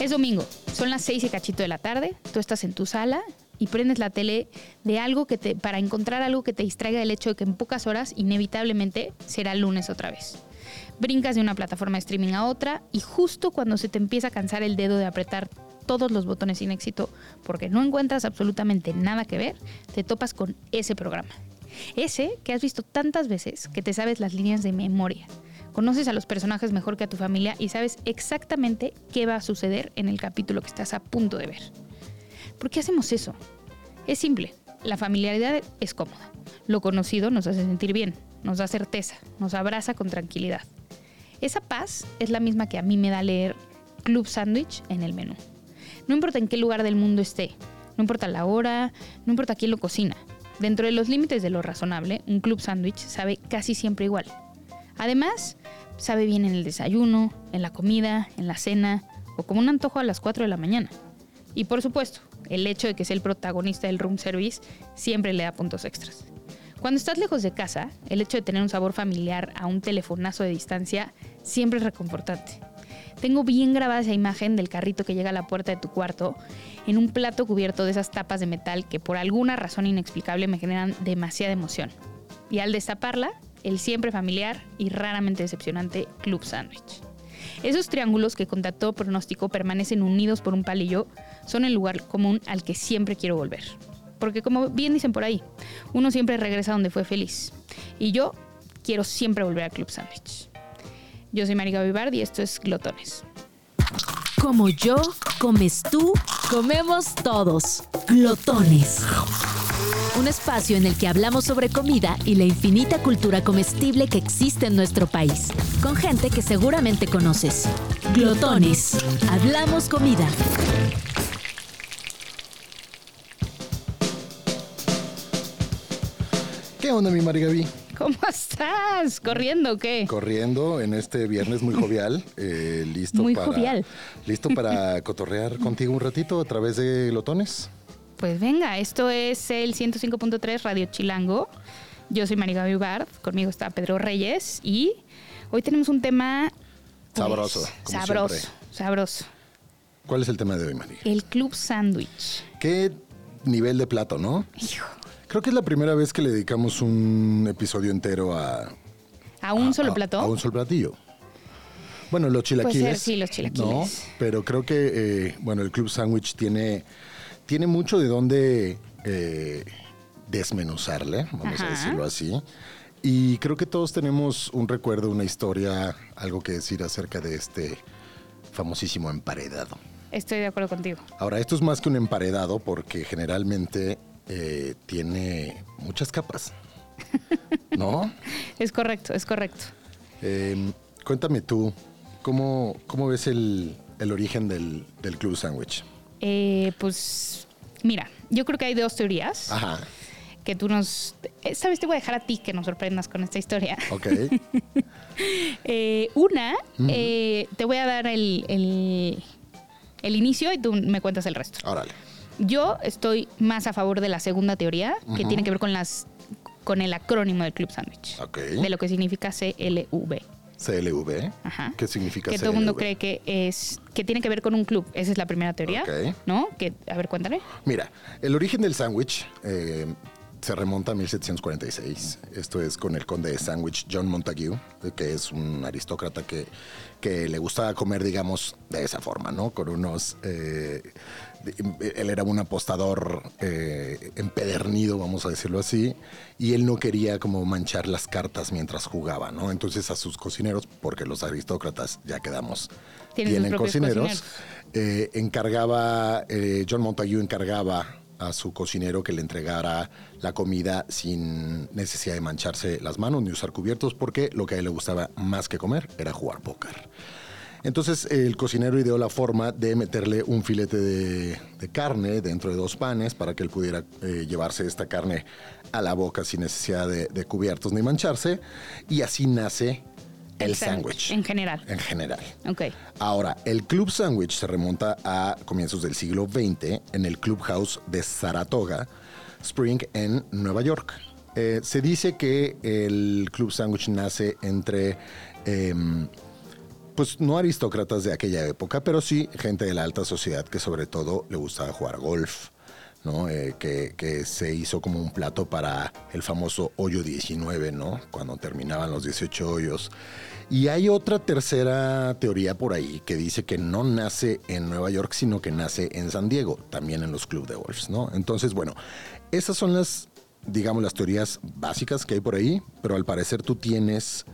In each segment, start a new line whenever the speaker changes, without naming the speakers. Es domingo, son las seis y cachito de la tarde, tú estás en tu sala y prendes la tele de algo que te, para encontrar algo que te distraiga del hecho de que en pocas horas inevitablemente será lunes otra vez. Brincas de una plataforma de streaming a otra y justo cuando se te empieza a cansar el dedo de apretar todos los botones sin éxito porque no encuentras absolutamente nada que ver, te topas con ese programa. Ese que has visto tantas veces que te sabes las líneas de memoria. Conoces a los personajes mejor que a tu familia y sabes exactamente qué va a suceder en el capítulo que estás a punto de ver. ¿Por qué hacemos eso? Es simple, la familiaridad es cómoda. Lo conocido nos hace sentir bien, nos da certeza, nos abraza con tranquilidad. Esa paz es la misma que a mí me da leer Club Sandwich en el menú. No importa en qué lugar del mundo esté, no importa la hora, no importa quién lo cocina. Dentro de los límites de lo razonable, un club sándwich sabe casi siempre igual. Además, sabe bien en el desayuno, en la comida, en la cena o como un antojo a las 4 de la mañana. Y por supuesto, el hecho de que sea el protagonista del room service siempre le da puntos extras. Cuando estás lejos de casa, el hecho de tener un sabor familiar a un telefonazo de distancia siempre es reconfortante. Tengo bien grabada esa imagen del carrito que llega a la puerta de tu cuarto en un plato cubierto de esas tapas de metal que por alguna razón inexplicable me generan demasiada emoción. Y al destaparla, el siempre familiar y raramente decepcionante Club Sandwich. Esos triángulos que con todo pronóstico permanecen unidos por un palillo son el lugar común al que siempre quiero volver. Porque como bien dicen por ahí, uno siempre regresa donde fue feliz. Y yo quiero siempre volver al Club Sandwich. Yo soy Marica Vivardi y esto es Glotones.
Como yo, comes tú, comemos todos. Glotones. Un espacio en el que hablamos sobre comida y la infinita cultura comestible que existe en nuestro país. Con gente que seguramente conoces. Glotones. Hablamos comida.
¿Qué onda, mi Marigaby?
¿Cómo estás? ¿Corriendo o qué?
Corriendo en este viernes muy jovial, eh, listo
Muy
para
jovial.
listo para cotorrear contigo un ratito a través de Lotones.
Pues venga, esto es el 105.3 Radio Chilango. Yo soy Mariga Vivard, conmigo está Pedro Reyes y hoy tenemos un tema... pues,
Sabroso, como
sabroso,
siempre.
sabroso.
¿Cuál es el tema de hoy, María?
El Club Sandwich.
¿Qué nivel de plato, no?
Hijo,
Creo que es la primera vez que le dedicamos un episodio entero a
¿a un
a-
solo
a-
plato?
Ah, A un solo platillo. Bueno, los chilaquiles.
ser, sí, los chilaquiles.
No, pero creo que, eh, bueno, el Club Sandwich tiene, tiene mucho de dónde eh, desmenuzarle, vamos
Ajá.
a decirlo así. Y creo que todos tenemos un recuerdo, una historia, algo que decir acerca de este famosísimo emparedado.
Estoy de acuerdo contigo.
Ahora, esto es más que un emparedado porque generalmente eh, tiene muchas capas, ¿no?
Es correcto, es correcto.
Eh, cuéntame tú, ¿cómo, cómo ves el, el origen del, del Club Sandwich?
Eh, pues mira, yo creo que hay dos teorías
Ajá,
que tú nos... Esta vez te voy a dejar a ti que nos sorprendas con esta historia.
ok.
Eh, una,
Ujú.
eh, te voy a dar el, el- el inicio y tú me cuentas el resto.
Órale.
Yo estoy más a favor de la segunda teoría, que
Ujú.
tiene que ver con las con el acrónimo del Club Sandwich.
Ok.
De lo que significa CLV.
CLV.
Ajá.
¿Qué significa
Que
CLV?
todo el mundo cree que es que tiene que ver con un club. Esa es la primera teoría.
Ok.
¿No? Que, a ver, cuéntame.
Mira, el origen del sándwich eh, se remonta a 1746. Esto es con el conde de sándwich John Montague, que es un aristócrata que, que le gustaba comer, digamos, de esa forma, ¿no? Con unos... eh, de- él era un apostador eh, empedernido, vamos a decirlo así, y él no quería como manchar las cartas mientras jugaba, ¿no? Entonces a sus cocineros, porque los aristócratas, ya quedamos,
Tienen sus propios cocineros.
eh, encargaba, eh, John Montague encargaba a su cocinero que le entregara la comida sin necesidad de mancharse las manos ni usar cubiertos, porque lo que a él le gustaba más que comer era jugar póker. Entonces el cocinero ideó la forma de meterle un filete de, de carne dentro de dos panes para que él pudiera eh, llevarse esta carne a la boca sin necesidad de, de cubiertos ni mancharse. Y así nace el sándwich.
En general.
En general.
Ok.
Ahora, el Club Sandwich se remonta a comienzos del siglo XX en el Clubhouse de Saratoga Spring en Nueva York. Eh, se dice que el Club Sandwich nace entre em, pues no aristócratas de aquella época, pero sí gente de la alta sociedad que sobre todo le gustaba jugar golf, ¿no? Eh, que, que, se hizo como un plato para el famoso hoyo 19, ¿no? Cuando terminaban los 18 hoyos. Y hay otra tercera teoría por ahí que dice que no nace en Nueva York, sino que nace en San Diego, también en los clubes de golf, ¿no? Entonces, bueno, esas son las, digamos, las teorías básicas que hay por ahí, pero al parecer tú tienes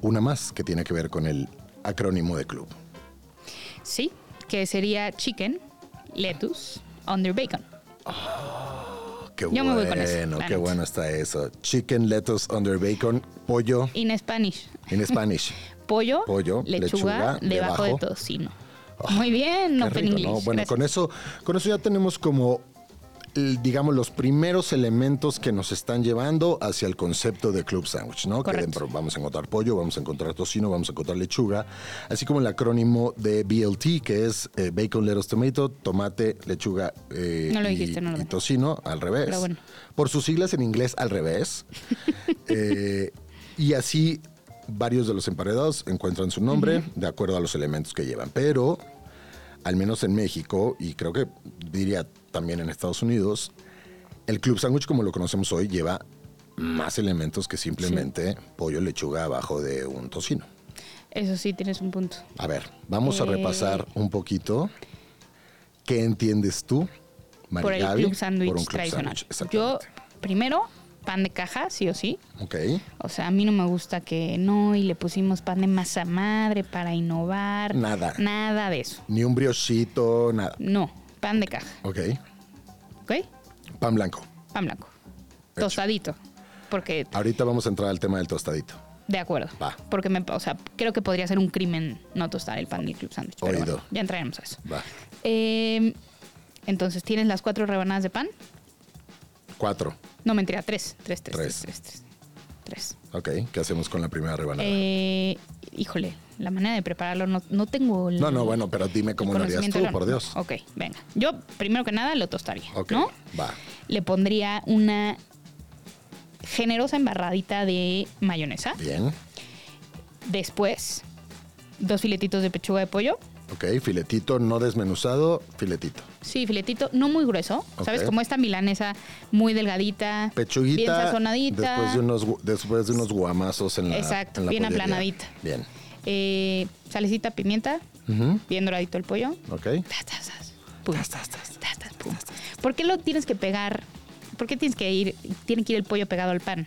una más que tiene que ver con el acrónimo de club.
Sí, que sería chicken, lettuce, under bacon.
Oh, qué Yo bueno, me voy con eso, qué bueno está eso. Chicken, lettuce, under bacon, pollo.
In Spanish.
In Spanish.
pollo,
pollo,
lechuga, lechuga debajo, debajo, de tocino. Oh, Muy bien, no rico, ¿no?
Bueno, Gracias. con eso, con eso ya tenemos como digamos, los primeros elementos que nos están llevando hacia el concepto de club sandwich, ¿no? Correcto. Que dentro vamos a encontrar pollo, vamos a encontrar tocino, vamos a encontrar lechuga, así como el acrónimo de BLT, que es eh, Bacon, Lettuce, Tomato, Tomate, Lechuga eh,
no lo dijiste,
y,
no lo
y, Tocino, al revés.
Pero bueno.
Por sus siglas en inglés, al revés. eh, y así varios de los emparedados encuentran su nombre uh -huh. de acuerdo a los elementos que llevan, pero... Al menos en México, y creo que diría también en Estados Unidos, el club sándwich como lo conocemos hoy lleva más elementos que simplemente sí. pollo lechuga abajo de un tocino.
Eso sí, tienes un punto.
A ver, vamos eh... a repasar un poquito. ¿Qué entiendes tú,
María Por el Gaby, club sándwich tradicional. Sandwich, Yo, primero, pan de caja, sí o sí.
Ok.
O sea, a mí no me gusta que no, y le pusimos pan de masa madre para innovar.
Nada.
Nada de eso.
Ni un briochito, nada.
No, pan de caja.
Ok.
¿Ok?
Pan blanco.
Pan blanco. Hecho. Tostadito. Porque.
Ahorita vamos a entrar al tema del tostadito.
De acuerdo.
Ah. Va.
Porque me, o sea, creo que podría ser un crimen no tostar el pan del club sandwich. Oído. Pero bueno, ya entraremos a eso.
Va.
Eh, entonces, ¿tienes las cuatro rebanadas de pan?
Cuatro.
No, mentira, tres. Tres, tres, tres, tres, tres. tres.
Ok, ¿qué hacemos con la primera rebanada?
Eh, híjole, la manera de prepararlo no, no tengo
el, No, no, bueno, pero dime cómo lo harías tú, por Dios.
Ok, venga. Yo, primero que nada, lo tostaría, okay, ¿no?
va.
Le pondría una generosa embarradita de mayonesa.
Bien.
Después, dos filetitos de pechuga de pollo.
Ok, filetito no desmenuzado, filetito.
Sí, filetito, no muy grueso, okay. ¿sabes? Como esta milanesa muy delgadita,
Pechuguita,
bien sazonadita.
Después de unos, después de unos guamazos en la
Exacto,
en la
bien
pollería.
aplanadita.
Bien.
Eh, salecita, pimienta,
uh -huh.
bien doradito el pollo.
Ok.
¿Por qué lo tienes que pegar? ¿Por qué tienes que ir, tiene que ir el pollo pegado al pan?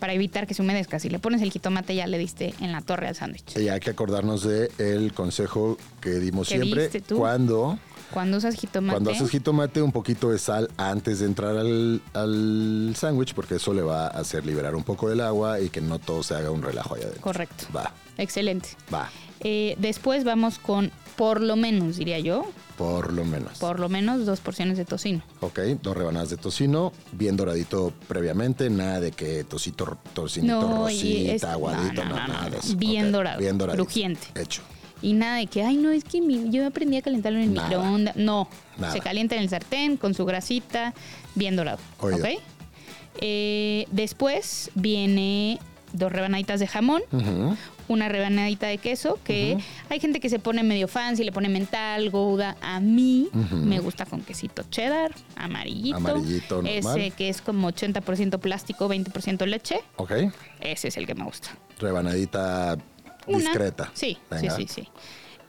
Para evitar que se humedezca. Si le pones el jitomate, ya le diste en la torre al sándwich.
Y hay que acordarnos del el consejo que dimos siempre.
Tú?
Cuando.
Cuando usas jitomate.
Cuando haces jitomate, un poquito de sal antes de entrar al, al sándwich, porque eso le va a hacer liberar un poco del agua y que no todo se haga un relajo allá adentro.
Correcto.
Va.
Excelente.
Va.
Eh, después vamos con, por lo menos, diría yo.
Por lo menos.
Por lo menos dos porciones de tocino.
Ok, dos rebanadas de tocino, bien doradito previamente, nada de que tocito, tocinito
No, y
rosita,
es-
aguadito,
no, no, no,
nada de
no.
eso.
Bien
Ok,
dorado,
Bien doradito.
crujiente.
Hecho.
Y nada de que, ay, no, es que mi- yo aprendí a calentarlo en el
Nada.
microondas. No,
Nada.
se calienta en el sartén con su grasita, bien dorado.
Oído.
¿Ok? Eh, después viene dos rebanaditas de jamón,
Ujú.
una rebanadita de queso, que hay gente que se pone medio fancy, le pone mental, gouda. A mí
Ujú.
me gusta con quesito cheddar, amarillito.
Amarillito normal.
Ese que es como 80% plástico, 20% leche.
Ok,
Ese es el que me gusta.
rebanadita
Una.
discreta.
Sí,
Venga.
sí, sí, sí.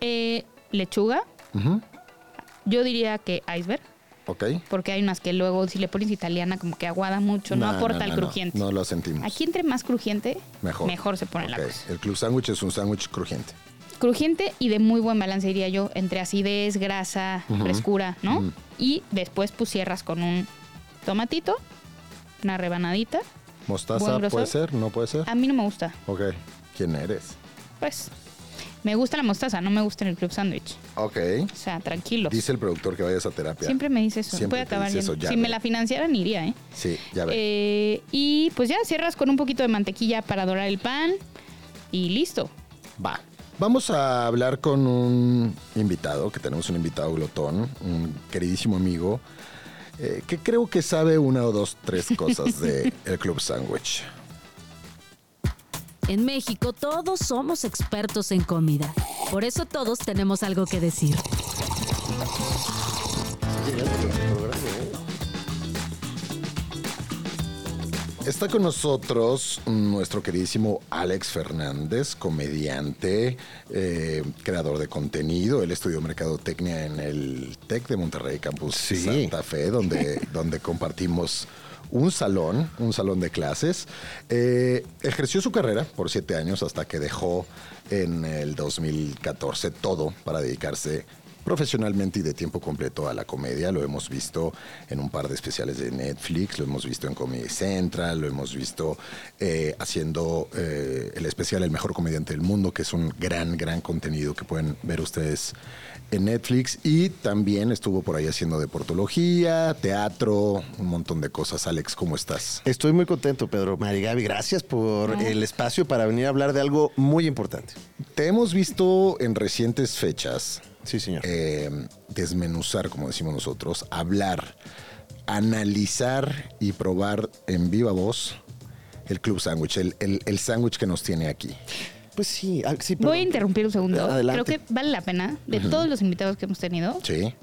Eh, lechuga,
Ujú.
yo diría que iceberg,
Ok.
porque hay unas que luego si le pones italiana como que aguada mucho, no
Nah,
aporta
nah,
el
nah,
crujiente.
No, no lo sentimos.
Aquí entre más crujiente,
mejor.
se pone la
Ok,
cosa.
El club sándwich es un sándwich crujiente.
Crujiente y de muy buen balance, diría yo, entre acidez, grasa,
Ujú.
frescura, ¿no?
Ujú.
Y después pues cierras con un tomatito, una rebanadita.
Mostaza
Buen grosor. Ah.
puede ser, no puede ser.
A mí no me gusta,
Ok. ¿Quién eres?
pues. Me gusta la mostaza, no me gusta en el club sándwich.
Ok.
O sea, tranquilo.
Dice el productor que vayas a terapia.
Siempre me dice eso.
Siempre
Puede
te
acabar
dice
yendo.
eso, ya
si
ve.
me la financiaran, iría, ¿eh?
Sí, ya ve.
Eh, y pues ya cierras con un poquito de mantequilla para dorar el pan y listo.
Va. Vamos a hablar con un invitado, que tenemos un invitado glotón, un queridísimo amigo, eh, que creo que sabe una o dos, tres cosas del el club sándwich.
En México todos somos expertos en comida. Por eso todos tenemos algo que decir.
Está con nosotros nuestro queridísimo Alex Fernández, comediante, eh, creador de contenido. Él estudió mercadotecnia en el TEC de Monterrey, Campus
Sí.
Santa Fe, donde, donde compartimos un salón, un salón de clases. Eh, ejerció su carrera por siete años hasta que dejó en el 2014 todo para dedicarse profesionalmente y de tiempo completo a la comedia. Lo hemos visto en un par de especiales de Netflix, lo hemos visto en Comedy Central, lo hemos visto eh, haciendo eh, el especial El Mejor Comediante del Mundo, que es un gran, gran contenido que pueden ver ustedes en Netflix. Y también estuvo por ahí haciendo deportología, teatro, un montón de cosas. Alex, ¿cómo estás?
Estoy muy contento, Pedro. Marigaby, gracias por el espacio para venir a hablar de algo muy importante.
Te hemos visto en recientes fechas
Sí, señor.
eh, desmenuzar, como decimos nosotros, hablar, analizar y probar en viva voz el Club Sándwich, el, el, el sándwich que nos tiene aquí.
pues sí, ah, sí,
Voy a
perdón.
interrumpir un segundo.
Adelante.
Creo que vale la pena, de todos los invitados que hemos tenido,
Sí,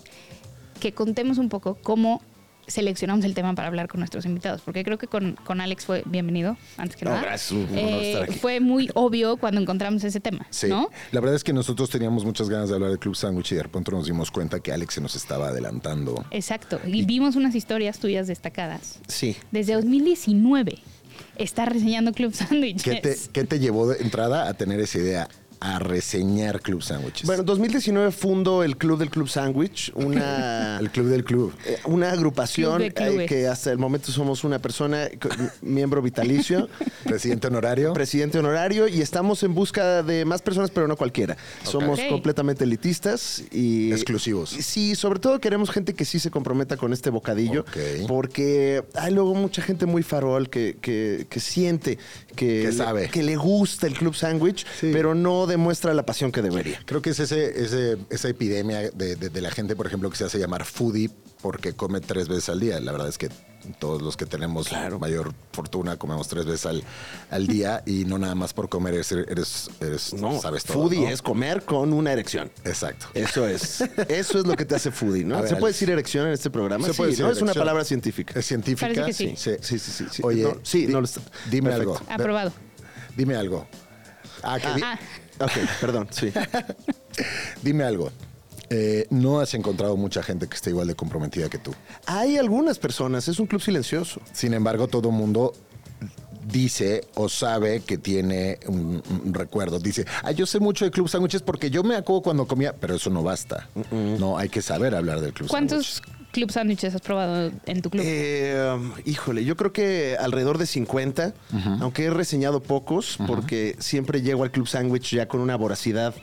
que contemos un poco cómo seleccionamos el tema para hablar con nuestros invitados, porque creo que con, con Alex fue bienvenido, antes que
No,
nada. Eh,
gracias, un honor estar aquí.
Fue muy obvio cuando encontramos ese tema,
sí.
¿no?
La verdad es que nosotros teníamos muchas ganas de hablar del Club Sándwich y de pronto nos dimos cuenta que Alex se nos estaba adelantando.
Exacto. Y vimos unas historias tuyas destacadas.
Sí.
Desde 2019 está reseñando Club Sandwich.
¿Qué te, qué te llevó de entrada a tener esa idea? A reseñar Club Sándwiches.
Bueno, en 2019 fundo el Club del Club Sandwich, una...
el Club del Club.
eh, Una agrupación
Club de
eh,
clubes.
que hasta el momento somos una persona, co- miembro vitalicio,
Presidente honorario.
presidente honorario y estamos en busca de más personas, pero no cualquiera. Somos
Ok.
completamente elitistas y
Exclusivos.
Sí, sobre todo queremos gente que sí se comprometa con este bocadillo,
Ok.
porque hay luego mucha gente muy farol que, que- que siente que,
Que
le-
sabe.
que le gusta el club sándwich,
Sí.
pero no demuestra la pasión que debería.
Creo que es ese, ese- esa epidemia de, de- de la gente, por ejemplo, que se hace llamar foodie porque come tres veces al día. La verdad es que todos los que tenemos mayor fortuna comemos tres veces al, al día y no nada más por comer, eres, eres, eres-
No,
sabes todo.
foodie
¿no?
es Eh, comer con una erección.
Exacto.
Eso es. Eso es lo que te hace foodie, ¿no?
A ver,
¿Se puede
Alex.
decir erección en este programa?
Se
Sí,
puede decir
¿no? Es una
erección.
palabra científica.
¿Es científica?
Parece que sí.
Sí, sí, sí, sí.
Oye,
No, sí,
di-
no lo está.
Dime
Perfecto.
algo.
Aprobado.
Dime algo. Ah, que di-
Ah,
Ok, perdón, sí.
Dime algo. Eh, no has encontrado mucha gente que esté igual de comprometida que tú.
Hay algunas personas, es un club silencioso.
Sin embargo, todo mundo dice o sabe que tiene un, un recuerdo. Dice, ah, yo sé mucho de Club Sándwiches porque yo me acuerdo cuando comía, pero eso no basta. No, hay que saber hablar del Club
¿Cuántos Club Sandwiches has probado en tu club?
Eh, um, híjole, yo creo que alrededor de 50, aunque he reseñado pocos, porque siempre llego al Club Sandwich ya con una voracidad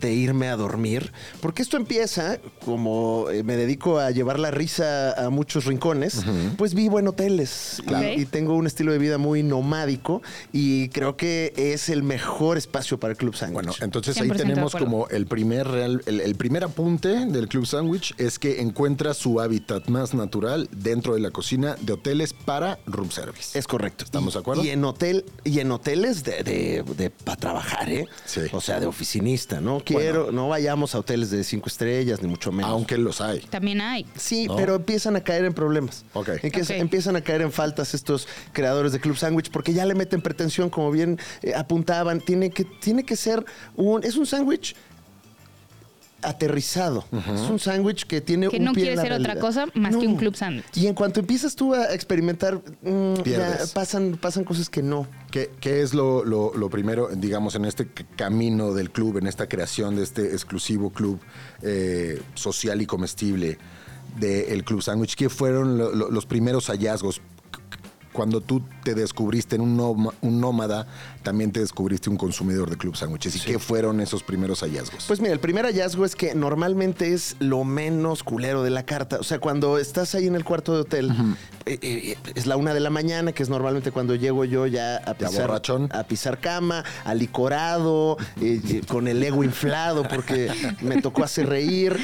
de irme a dormir, porque esto empieza, como eh, me dedico a llevar la risa a muchos rincones, pues vivo en hoteles y-
Claro.
y, tengo un estilo de vida muy nomádico y creo que es el mejor espacio para el Club Sandwich.
Bueno, entonces
100%
ahí
de
tenemos
acuerdo.
como el primer real- el, el primer apunte del Club Sandwich es que encuentra su hábitat más natural dentro de la cocina de hoteles para room service.
Es correcto.
¿Estamos
Y-
de acuerdo?
Y en hotel, y en hoteles de, para trabajar, ¿eh?
Sí.
O sea, de oficinista, ¿no? Quiero, no vayamos a hoteles de cinco estrellas, ni mucho menos.
Aunque los hay.
También hay.
Sí,
No.
pero empiezan a caer en problemas.
Ok.
En que se-
Ok.
Empiezan a caer en faltas estos creadores de Club Sandwich porque ya le meten pretensión, como bien eh, apuntaban. Tiene que, tiene que ser un. Es un sándwich aterrizado. Es un sándwich que tiene
Que
un
no
pie en
quiere
la
ser otra
realidad.
cosa más que un club sándwich.
Y en cuanto empiezas tú a experimentar, mm, ya
Pierdes.
pasan, pasan cosas que no.
¿Qué, qué es lo, lo- lo primero, digamos, en este c- camino del club, en esta creación de este exclusivo club eh, social y comestible del Club Sandwich? ¿Qué fueron lo- lo- los primeros hallazgos? C- c- Cuando tú te descubriste en un, noma- un nómada, también te descubriste un consumidor de Club Sándwiches. ¿Y qué fueron esos primeros hallazgos?
Pues mira, el primer hallazgo es que normalmente es lo menos culero de la carta. O sea, cuando estás ahí en el cuarto de hotel, eh, eh, es la una de la mañana, que es normalmente cuando llego yo ya a
Ya
pisar,
borrachón.
a pisar cama, alicorado, eh, eh, con el ego inflado porque me tocó hacer reír.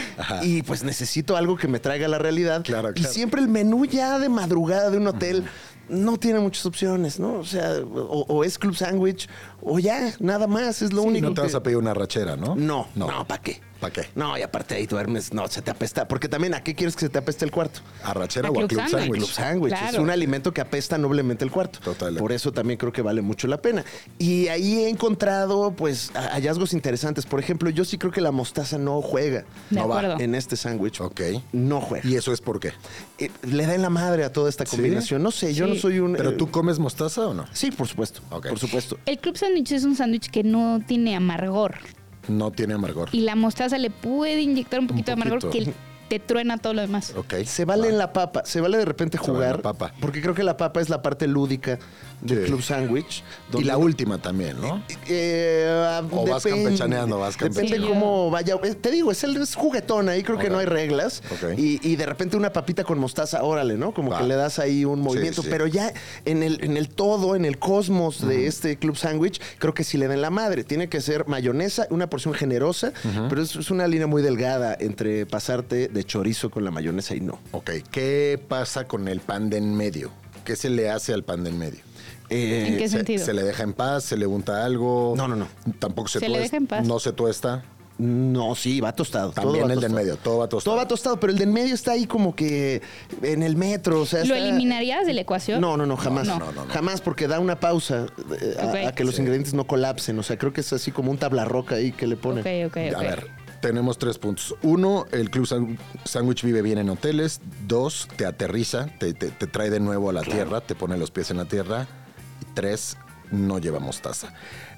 Y pues necesito algo que me traiga la realidad.
Claro,
Y
claro.
siempre el menú ya de madrugada de un hotel. no tiene muchas opciones, ¿no? O sea, o, o es club sándwich o ya, nada más, es lo único.
No te
que-
vas a pedir una rachera, ¿no?
No, no, ¿para qué?
¿Para qué?
No, y aparte ahí duermes, no, se te apesta. Porque también, ¿a qué quieres que se te apeste el cuarto?
¿A rachera
A
o a
club
club
sándwich.
sándwich?
Club sándwich. Es
Claro.
un alimento que apesta noblemente el cuarto.
Total.
Por eso también creo que vale mucho la pena. Y ahí he encontrado, pues, a- hallazgos interesantes. Por ejemplo, yo sí creo que la mostaza no juega.
De
no
acuerdo.
va en este sándwich.
Ok.
No juega.
¿Y eso es por qué?
Eh, Le da en la madre a toda esta
¿Sí?
combinación. No sé, yo
Sí.
no soy un.
¿Pero
eh,
tú comes mostaza o no?
Sí, por supuesto.
Ok.
Por supuesto.
El club sándwich es un sándwich que no tiene amargor.
No tiene amargor.
Y la mostaza le puede inyectar un poquito, de amargor
poquito.
que te truena todo lo demás.
Ok.
Se vale en la papa, se vale de repente
Ah. Se vale en la
jugar.
papa.
Porque creo que la papa es la parte lúdica del
Sí.
club sándwich.
Y
donde-
la última también, ¿no?
Eh,
O vas
depende.
campechaneando, vas
Depende
campechaneando.
cómo vaya. Eh, Te digo, es, el, es juguetón ahí, creo
Ok.
que no hay reglas.
Ok.
Y, y de repente una papita con mostaza, órale, ¿no? Como
Va.
que le das ahí un movimiento.
sí.
Pero ya en el, en el todo, en el cosmos de este club sándwich, creo que sí le den la madre. Tiene que ser mayonesa, una porción generosa, pero es, es una línea muy delgada entre pasarte de chorizo con la mayonesa y no.
Ok. ¿Qué pasa con el pan de en medio? ¿Qué se le hace al pan de en medio?
Eh,
¿En qué
se,
sentido?
se le deja en paz? ¿Se le unta algo?
No, no, no.
Tampoco se,
Se le
tuesta.
deja en paz.
No se tuesta.
No, sí, va tostado. todo
También
va
el de en
tostado.
medio, todo va tostado.
Todo va tostado, pero el de en medio está ahí como que en el metro, o sea,
¿Lo
está-
eliminarías de la ecuación?
No, no, no, jamás.
No.
no, no, no.
Jamás, porque da una pausa eh, a,
Ok.
a que los ingredientes no colapsen. O sea, creo que es así como un tablarroca ahí que le ponen.
Ok, ok, ok.
A ver, tenemos tres puntos. Uno, el Club San- Sándwich vive bien en hoteles. Dos, te aterriza, te, te- te trae de nuevo a la tierra, te pone los pies en la tierra. Y tres, no lleva mostaza.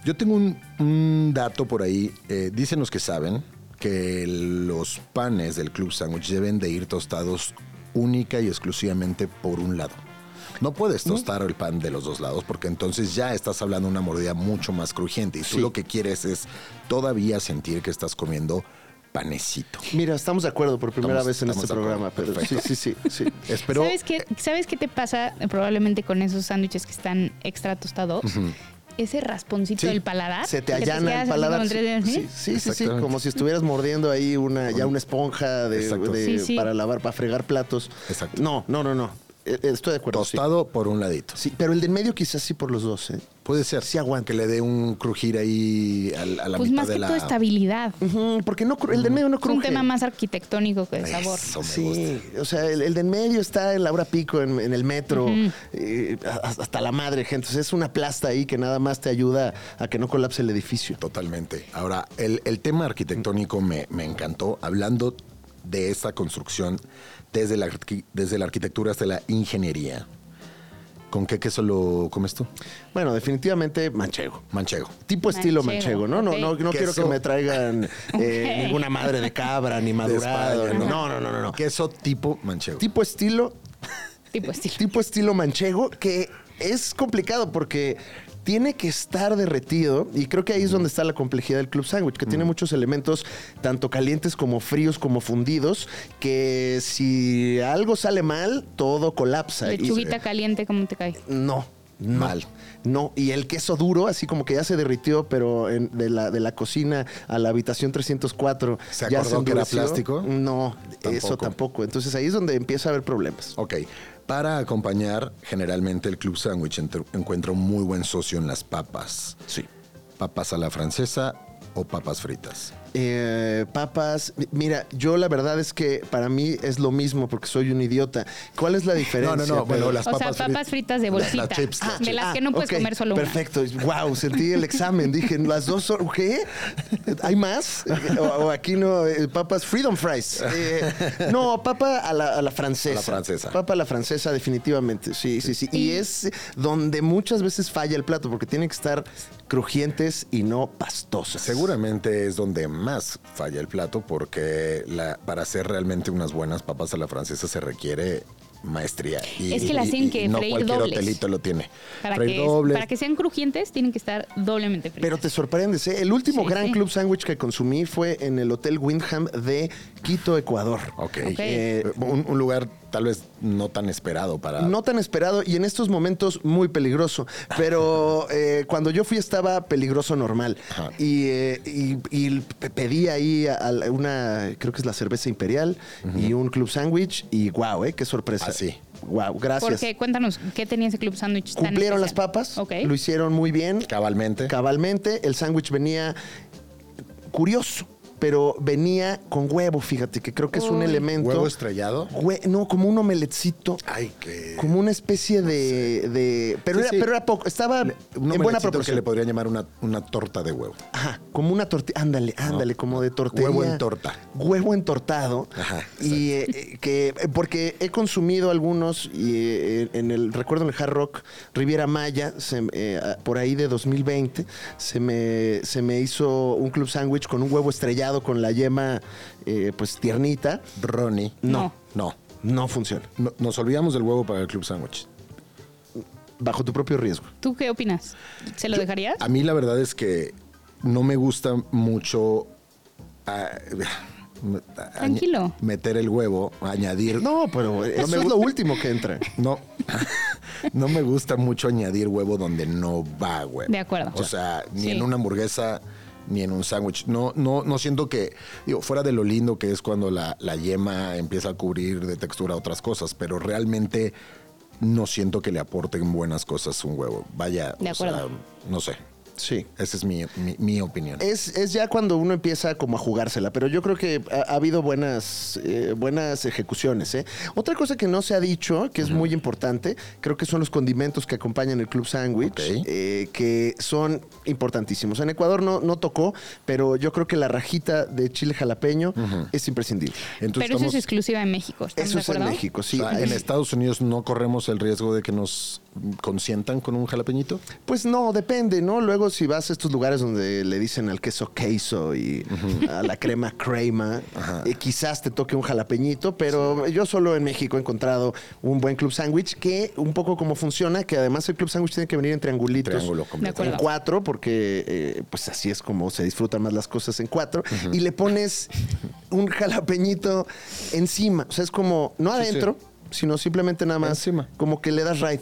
Yo tengo un, un dato por ahí. eh, dicen los que saben que los panes del Club Sándwich deben de ir tostados única y exclusivamente por un lado. No puedes tostar el pan de los dos lados porque entonces ya estás hablando de una mordida mucho más crujiente y tú
Sí.
lo que quieres es todavía sentir que estás comiendo panecito.
Mira, estamos de acuerdo por primera
Estamos-
vez en este
estamos de
programa,
acuerdo,
pero sí, sí, sí, sí.
Espero
¿Sabes, qué, ¿Sabes qué te pasa eh, probablemente con esos sándwiches que están extra tostados? Ese rasponcito
Sí.
del paladar.
Se te
que quedas
allana el
así
paladar.
como ¿eh?
Sí,
entre- ¿sí?
sí, sí, sí, sí,
Exactamente.
como si estuvieras mordiendo ahí una ya una esponja de,
Exacto.
de-
Sí, sí.
para lavar, para fregar platos.
Exacto.
No, no, no, no. Eh, eh, Estoy de acuerdo. sí.
tostado por un ladito.
Sí, pero el de en medio quizás sí por los dos, ¿eh?
Puede ser.
Sí aguanta.
Que le dé un crujir ahí al- a, la
Pues
mitad
más
de
que
la...
todo estabilidad.
Ujú, porque no, cru- el de en medio no
Es un
cruje.
tema más arquitectónico que de sabor.
Eso me gusta.
Sí, o sea, el, el de en medio está en la hora pico, en, en el metro, eh, a- hasta la madre, gente. Entonces es una plasta ahí que nada más te ayuda a que no colapse el edificio.
Totalmente. Ahora, el, el tema arquitectónico me, me encantó. Hablando de esa construcción desde la, arqui- desde la arquitectura hasta la ingeniería. ¿Con qué queso lo comes tú?
Bueno, definitivamente manchego.
Manchego.
Tipo estilo
Manchego,
manchego, ¿no?
ok.
No, no, no quiero que
Queso.
me traigan eh,
Ok.
ninguna madre de cabra, ni madurado.
España,
ni-
¿no?
no, no, no, no, no.
Queso tipo manchego.
Tipo estilo
Tipo estilo.
tipo estilo manchego que es complicado porque tiene que estar derretido y creo que ahí es donde está la complejidad del club sándwich, que
Mm.
tiene muchos elementos tanto calientes como fríos como fundidos, que si algo sale mal, todo colapsa. Y-
Lechuguita caliente, ¿cómo te cae?
no. no,
Mal.
No, y el queso duro, así como que ya se derritió, pero en- de, la, de la cocina a la habitación 304.
¿Se
ya
acordó que era
endureció.
plástico?
No, eso
Tampoco.
tampoco. Entonces ahí es donde empieza a haber problemas.
Ok. Para acompañar, generalmente el Club Sandwich entre- encuentra un muy buen socio en las papas.
Sí.
Papas a la francesa o papas fritas.
Eh, papas, Mi- mira, yo la verdad es que para mí es lo mismo porque soy un idiota. ¿Cuál es la diferencia? Pedro?
las
O sea, papas fritas de bolsita.
Las chips. las
Ah, de
chips.
las que no puedes
ok,
comer solo una.
Perfecto, wow, sentí el examen, dije, las dos son, ¿qué? ¿Hay más? O, o aquí no, eh, papas Freedom Fries. Eh, no, papa a la, a la francesa.
A la francesa.
Papa a la francesa, definitivamente, sí, sí, sí. Y es donde muchas veces falla el plato porque tienen que estar crujientes y no pastosas.
Seguramente es donde más falla el plato porque la- para hacer realmente unas buenas papas a la francesa se requiere maestría. Y,
Es que las
y-
tienen
y
que
no
freír
cualquier
dobles.
hotelito lo tiene.
Para
freír
que,
dobles.
para que sean crujientes, tienen que estar doblemente fritas.
Pero te sorprendes, ¿eh? El último
Sí,
gran
sí.
club sándwich que consumí fue en el Hotel Windham de Quito, Ecuador.
Ok.
Ok.
Eh, un, un lugar tal vez no tan esperado para...
No tan esperado y en estos momentos muy peligroso. Pero eh, cuando yo fui estaba peligroso normal.
Ajá.
Y, eh, y- y pe- pedí ahí a- a una, creo que es la cerveza imperial y un club sándwich. Y guau, ¿eh? Qué sorpresa.
Así.
Wow, gracias.
Porque cuéntanos, ¿qué tenía ese club sándwich tan
Cumplieron las
especial?
papas,
Ok.
lo hicieron muy bien,
Cabalmente.
cabalmente. El sándwich venía curioso, pero venía con huevo, fíjate, que creo que es un
Uy.
elemento.
Huevo estrellado.
Hue- no, como un omeletcito.
Ay, qué.
Como una especie de. de- pero,
Sí,
era,
sí.
pero era poco. Estaba
Un
en buena
que
proporción.
le podrían llamar una, una torta de huevo.
Ajá, como una tortilla. Ándale, ándale, como de tortilla.
Huevo en torta.
Huevo entortado.
Ajá,
Y eh, eh, que. eh, Porque he consumido algunos, y eh, en el. Recuerdo en el Hard Rock, Riviera Maya, se, eh, ah, por ahí de 2020, se me, se me hizo un club sándwich con un huevo estrellado con la yema, eh, pues tiernita.
Ronnie.
No.
No.
No funciona.
No- Nos olvidamos del huevo para el club sándwich.
Bajo tu propio riesgo.
¿Tú qué opinas? ¿Se lo dejarías?
Ah,
A mí la verdad es que no me gusta mucho ah, a-
Tranquilo.
meter el huevo, añadir. eh,
No, pero eso
me
es
gu-
lo último que entra.
No, no me gusta mucho añadir huevo donde no va, güey.
De acuerdo.
O sea, ni
Sí.
en una hamburguesa, ni en un sándwich. No, no, no siento que, digo, fuera de lo lindo que es cuando la, la yema empieza a cubrir de textura otras cosas, pero realmente no siento que le aporten buenas cosas un huevo. Vaya,
De
o sea,
acuerdo.
no sé.
Sí.
Esa es mi, mi- mi opinión.
Es, es ya cuando uno empieza como a jugársela, pero yo creo que ha, ha habido buenas, eh, buenas ejecuciones. ¿eh? Otra cosa que no se ha dicho, que es muy importante, creo que son los condimentos que acompañan el Club Sandwich,
Ok.
eh, que son importantísimos. En Ecuador no, no tocó, pero yo creo que la rajita de chile jalapeño es imprescindible.
Entonces
Pero eso es
estamos-
exclusiva de México. ¿estamos
Eso
de
es en
acuerdo?
México, sí.
o sea, en
Es-
Estados Unidos no corremos el riesgo de que nos consientan con un jalapeñito.
Pues no, depende, ¿no? Luego si vas a estos lugares donde le dicen al queso queso y a la crema crema, eh, quizás te toque un jalapeñito, pero yo solo en México he encontrado un buen club sándwich que un poco como funciona, que además el club sándwich tiene que venir en triangulitos.
Triángulo completo.
De
En
acuerdo.
cuatro, porque eh, pues así es como se disfrutan más las cosas en cuatro. Y le pones un jalapeñito encima. O sea, es como, no
Sí, sí.
adentro, sino simplemente nada más
Encima.
como que le das ride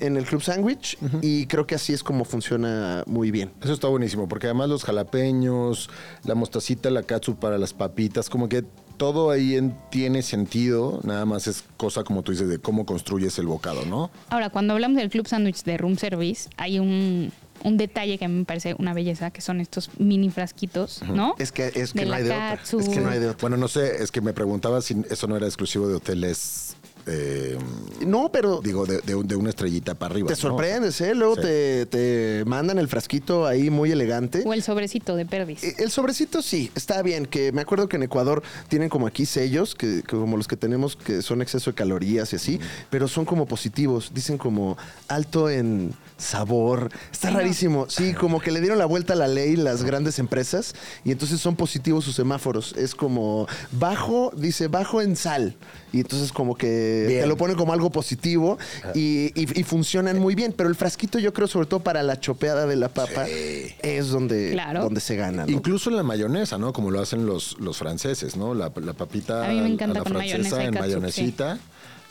en el club sandwich y creo que así es como funciona muy bien.
Eso está buenísimo, porque además los jalapeños, la mostacita, la katsu para las papitas, como que todo ahí en- tiene sentido, nada más es cosa, como tú dices, de cómo construyes el bocado, ¿no?
Ahora, cuando hablamos del club sándwich de room service, hay un, un detalle que a mí me parece una belleza, que son estos mini frasquitos, ¿no?
Es que, es que
De
no hay de otra.
Lakatsu.
Es que no hay de otra.
Bueno, no sé, es que me preguntaba si eso no era exclusivo de hoteles, eh,
No, pero
digo, de, de un- de una estrellita para arriba.
te
¿no?
sorprendes, ¿eh? Luego
Sí.
te, te mandan el frasquito ahí muy elegante.
O el sobrecito de Perdis.
Eh, El sobrecito sí, está bien, que me acuerdo que en Ecuador tienen como aquí sellos, que, que como los que tenemos, que son exceso de calorías y así, pero son como positivos, dicen como alto en sabor, está rarísimo, sí, como que le dieron la vuelta a la ley las grandes empresas y entonces son positivos sus semáforos, es como bajo, dice bajo en sal, y entonces como que
Bien.
te lo ponen como algo positivo y, y- y funcionan muy bien, pero el frasquito yo creo sobre todo para la chopeada de la papa es donde,
Claro.
donde se gana. ¿no?
Incluso en la mayonesa, ¿no? Como lo hacen los, los franceses, ¿no? La, la papita
A mí me encanta
a la
con
francesa
mayonesa y
en
catsup,
mayonesita,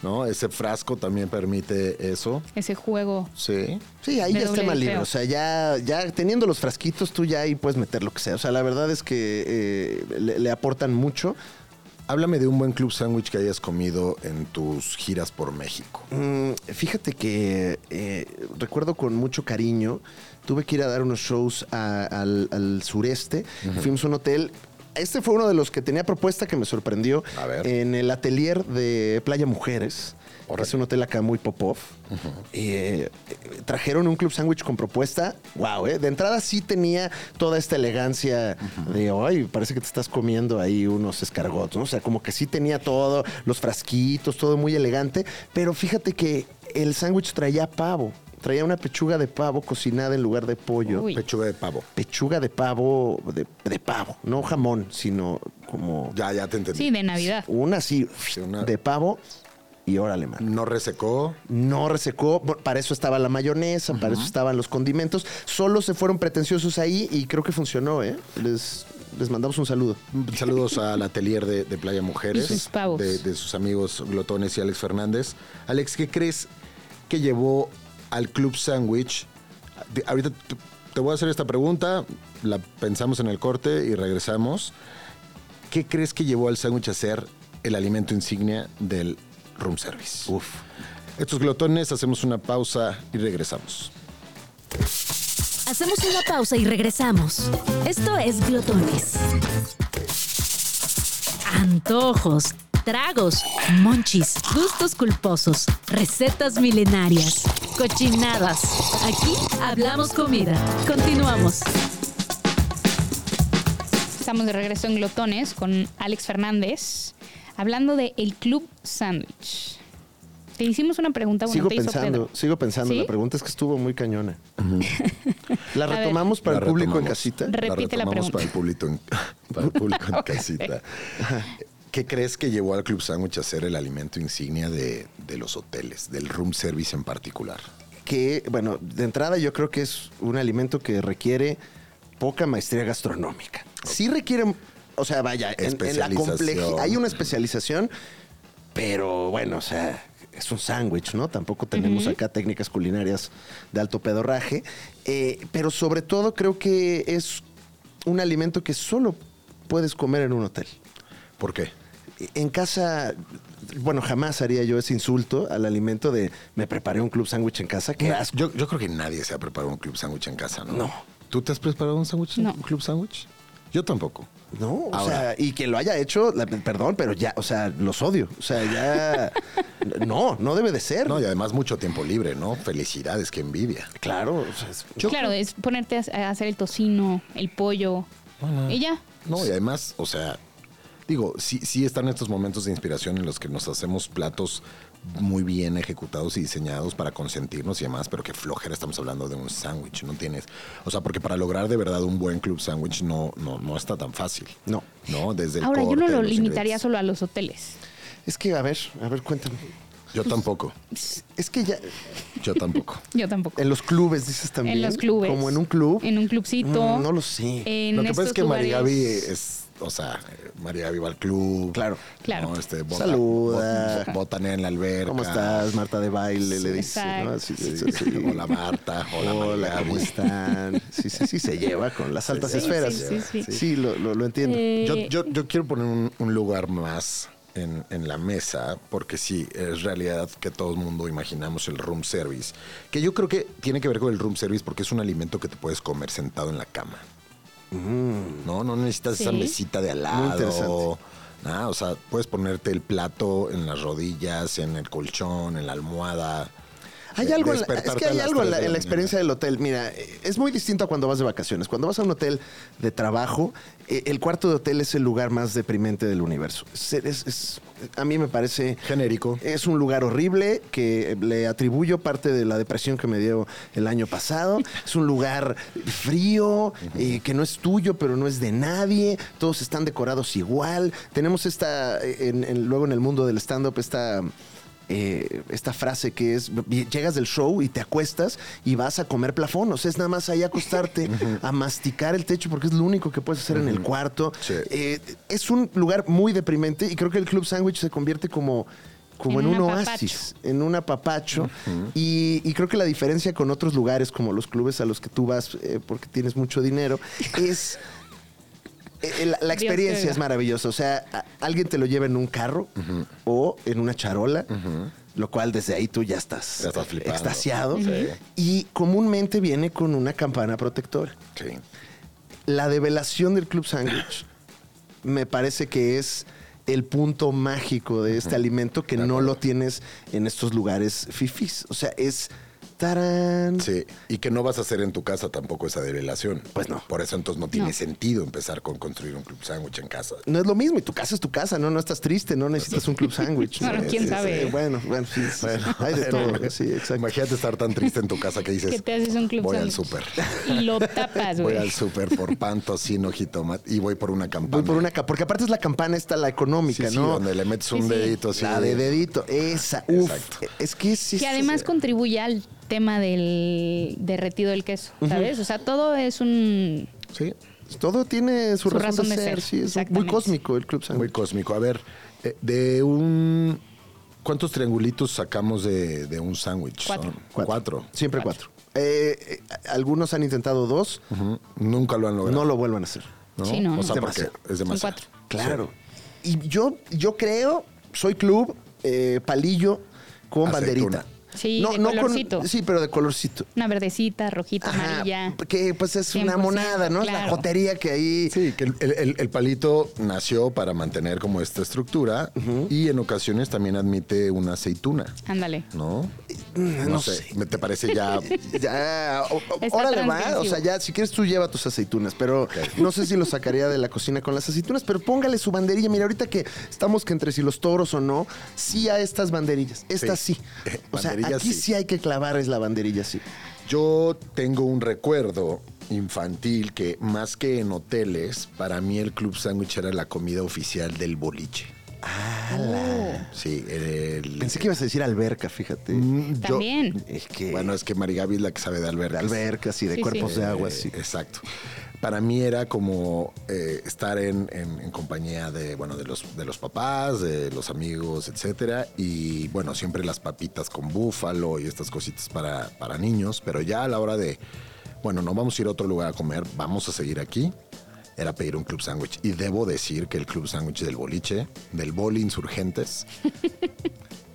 ¿no? Ese frasco también permite eso.
Ese juego.
Sí.
Sí, ahí
De
ya está
doble
mal libre.
feo.
O sea, ya, ya teniendo los frasquitos, tú ya ahí puedes meter lo que sea. O sea, la verdad es que eh, le, le aportan mucho.
Háblame de un buen club sándwich que hayas comido en tus giras por México.
Mm, fíjate que eh, recuerdo con mucho cariño, tuve que ir a dar unos shows a- al, al sureste. Fuimos a un hotel. Este fue uno de los que tenía propuesta que me sorprendió
A ver.
en el atelier de Playa Mujeres. que
Órale.
Es un hotel acá muy pop-off. Y, eh, trajeron un club sándwich con propuesta. Wow, eh. De entrada sí tenía toda esta elegancia de ay, parece que te estás comiendo ahí unos escargots, ¿no? O sea, como que sí tenía todo, los frasquitos, todo muy elegante. Pero fíjate que el sándwich traía pavo. Traía una pechuga de pavo cocinada en lugar de pollo
Uy.
Pechuga de pavo.
pechuga de pavo, de, de pavo, no jamón, sino como
Ya, ya te entendí.
Sí, de Navidad.
una así
una-
de pavo y órale, man.
No resecó.
No resecó, por- para eso estaba la mayonesa, para eso estaban los condimentos. Solo se fueron pretenciosos ahí y creo que funcionó, ¿eh? Les, les mandamos un saludo.
Saludos al atelier de, de Playa Mujeres.
Y sus pavos.
De, de sus amigos Glotones y Alex Fernández. Alex, ¿qué crees que llevó al club sándwich? De- Ahorita te- te voy a hacer esta pregunta, la pensamos en el corte y regresamos. ¿Qué crees que llevó al sándwich a ser el alimento insignia del room service.
Uf.
Estos glotones, hacemos una pausa y regresamos.
Hacemos una pausa y regresamos. Esto es Glotones. Antojos, tragos, monchis, gustos culposos, recetas milenarias, cochinadas. Aquí hablamos comida. Continuamos.
Estamos de regreso en Glotones con Alex Fernández, hablando de el Club Sandwich. Te hicimos una pregunta, bueno,
Sigo
te hizo
pensando,
Pedro.
sigo pensando.
¿Sí?
La pregunta es que estuvo muy cañona. ¿La
ver.
retomamos para
La
el público en
retomamos.
casita?
Re- Repite la
retomamos
pregunta.
Para el público en, para el público en casita. ¿Qué crees que llevó al Club Sandwich a ser el alimento insignia de, de los hoteles, del room service en particular?
que, bueno, de entrada yo creo que es un alimento que requiere poca maestría gastronómica. Sí requiere, o sea, vaya, en, en la complejidad
Especialización.
hay una especialización, pero bueno, o sea, es un sándwich, ¿no? Tampoco tenemos acá técnicas culinarias de alto pedorraje, eh, pero sobre todo creo que es un alimento que solo puedes comer en un hotel.
¿Por qué?
En casa, bueno, jamás haría yo ese insulto al alimento de me preparé un club sándwich en casa, qué asco.
Yo, yo creo que nadie se ha preparado un club sándwich en casa, ¿no?
No.
¿Tú te has preparado un sándwich?
No.
¿Un club sándwich? Yo tampoco.
No, o
Ahora.
sea, y quien lo haya hecho, la- perdón, pero ya, o sea, los odio. O sea, ya. no, no debe de ser.
No, y además mucho tiempo libre, ¿no? Felicidades, qué envidia.
Claro. o sea, es-
claro, es ponerte a, a hacer el tocino, el pollo. Y ya.
No, y además, o sea, digo, sí, sí están estos momentos de inspiración en los que nos hacemos platos muy bien ejecutados y diseñados para consentirnos y demás, pero qué flojera estamos hablando de un sándwich, no tienes, o sea, porque para lograr de verdad un buen club sándwich no, no, no está tan fácil.
No.
No, desde el
Ahora, yo no
corte,
lo
los
limitaría
ingredientes.
solo a los hoteles.
es que, a ver, a ver, cuéntame.
Yo tampoco,
Es que ya.
yo tampoco.
Yo tampoco.
En los clubes, dices también.
en los clubes.
Como en un club.
En un clubcito.
Mm, no lo sé.
en
lo que pasa es
estos
que María Gaby
lugares-
es, o sea, eh, María Gaby va al club.
Claro.
Claro.
¿no? Este, bota-
Saluda.
bot- botanea en la alberca.
¿Cómo estás, Marta de baile? Le dice.
Exacto.
¿no? Así le dice,
Sí,
sí.
Hola Marta, hola,
Hola,
María
¿cómo
Gaby.
están? Sí, sí, sí, se lleva con las altas
sí,
esferas.
sí, sí, sí.
lo, lo- lo entiendo.
Eh,
Yo, yo- yo quiero poner un, un lugar más en, en la mesa, porque sí, es realidad que todo el mundo imaginamos el room service, que yo creo que tiene que ver con el room service porque es un alimento que te puedes comer sentado en la cama. No, no necesitas esa
Sí.
mesita de al
Mm. Muy interesante.
lado. Nada, o sea, puedes ponerte el plato en las rodillas, en el colchón, en la almohada.
Hay
de-
algo, en la, es
despertarte
que
a
hay
las
algo en
tres
la,
de
en la
mañana.
experiencia del hotel. Mira, eh, es muy distinto a cuando vas de vacaciones. Cuando vas a un hotel de trabajo, eh, el cuarto de hotel es el lugar más deprimente del universo. Es- es- es- a mí me parece...
Genérico.
Es un lugar horrible que le atribuyo parte de la depresión que me dio el año pasado. Es un lugar frío, eh, que no es tuyo, pero no es de nadie. Todos están decorados igual. Tenemos esta, eh, en- en- luego en el mundo del stand-up, esta... eh, esta frase que es, llegas del show y te acuestas y vas a comer plafón, o sea, es nada más ahí acostarte, a masticar el techo porque es lo único que puedes hacer en el cuarto.
Sí.
Eh, es un lugar muy deprimente y creo que el Club Sandwich se convierte como, como en,
En
un
un
oasis, en un apapacho. y, y creo que la diferencia con otros lugares como los clubes a los que tú vas eh, porque tienes mucho dinero es... eh, eh, La, la
Dios te
experiencia
oiga.
es maravillosa. O sea, a- alguien te lo lleva en un carro o en una charola, lo cual desde ahí tú ya estás,
Ya estás flipando.
extasiado.
Sí.
Y comúnmente viene con una campana protectora.
Sí.
La develación del Club Sandwich me parece que es el punto mágico de este alimento que
De
no
acuerdo.
lo tienes en estos lugares fifís. O sea, es tarán.
Sí, y que no vas a hacer en tu casa tampoco esa develación.
Pues no.
Por eso entonces no tiene
No.
sentido empezar con construir un club sándwich en casa.
No es lo mismo, y tu casa es tu casa, no, no estás triste, no necesitas un club sándwich.
Bueno,
Sí,
quién
sí,
sabe.
sí. Bueno, bueno, sí, sí, hay de todo, sí, exacto.
Imagínate estar tan triste en tu casa que dices,
que te haces un club
voy al
sándwich.
súper.
Y lo tapas,
Voy al
güey.
súper por pan, tocino, jitomate y voy por una campana.
Voy por una ca- porque aparte es la campana esta, la
Sí,
económica,
sí,
¿no?
donde le metes un
Sí, sí.
dedito así.
la de dedito, esa, uf,
Exacto.
es que sí.
Que además contribuye al tema del derretido del queso, ¿sabes? O sea, todo es un...
Sí,
Todo tiene su, razón, de ser, sí, es muy
exactamente.
cósmico el club
muy
sándwich.
cósmico. A ver, eh, de un... ¿Cuántos triangulitos sacamos de, de un sándwich?
Cuatro.
Son Cuatro.
Siempre cuatro. Eh, eh, algunos han intentado dos,
Ujú. Nunca lo han logrado.
no lo vuelvan a hacer.
Sí, no,
O
no.
sea, porque
Demasiado.
es demasiado.
cuatro.
Claro. Y yo, yo creo, soy club, eh, palillo con
Aceituna.
banderita.
Sí, de colorcito.
sí, pero de colorcito.
Una verdecita, rojita,
Ajá,
amarilla.
que pues es una
100%,
monada, ¿no? Es la
claro.
jotería que ahí...
Sí, que el, el- el- el palito nació para mantener como esta estructura y en ocasiones también admite una aceituna,
Ándale.
¿no?
no,
No
sé.
sé, me te parece ya...
Ya, o- o-
Está
órale, va.
transgresivo.
O sea, ya, si quieres tú lleva tus aceitunas, pero no sé si lo sacaría de la cocina con las aceitunas, pero póngale su banderilla. Mira, ahorita que estamos que entre si los toros o no, sí a estas banderillas. Estas sí.
Sí.
O sea,
Banderillas
aquí sí.
sí.
hay que clavar es la banderilla, sí.
Yo tengo un recuerdo infantil que más que en hoteles, para mí el club sándwich era la comida oficial del boliche. Sí, el...
Pensé que ibas a decir alberca, fíjate.
Mm, yo-
También.
Es que
bueno, es que Marigaby es la que sabe de
de
albercas.
albercas y de
Sí,
cuerpos
sí.
de agua, sí.
Eh, Exacto. Para mí era como eh, estar en, en- en compañía de, bueno, de los, de los papás, de los amigos, etcétera. Y bueno, siempre las papitas con búfalo y estas cositas para, para niños. Pero ya a la hora de, bueno, no vamos a ir a otro lugar a comer, vamos a seguir aquí, era pedir un club sándwich. Y debo decir que el club sándwich del boliche, del boli insurgentes,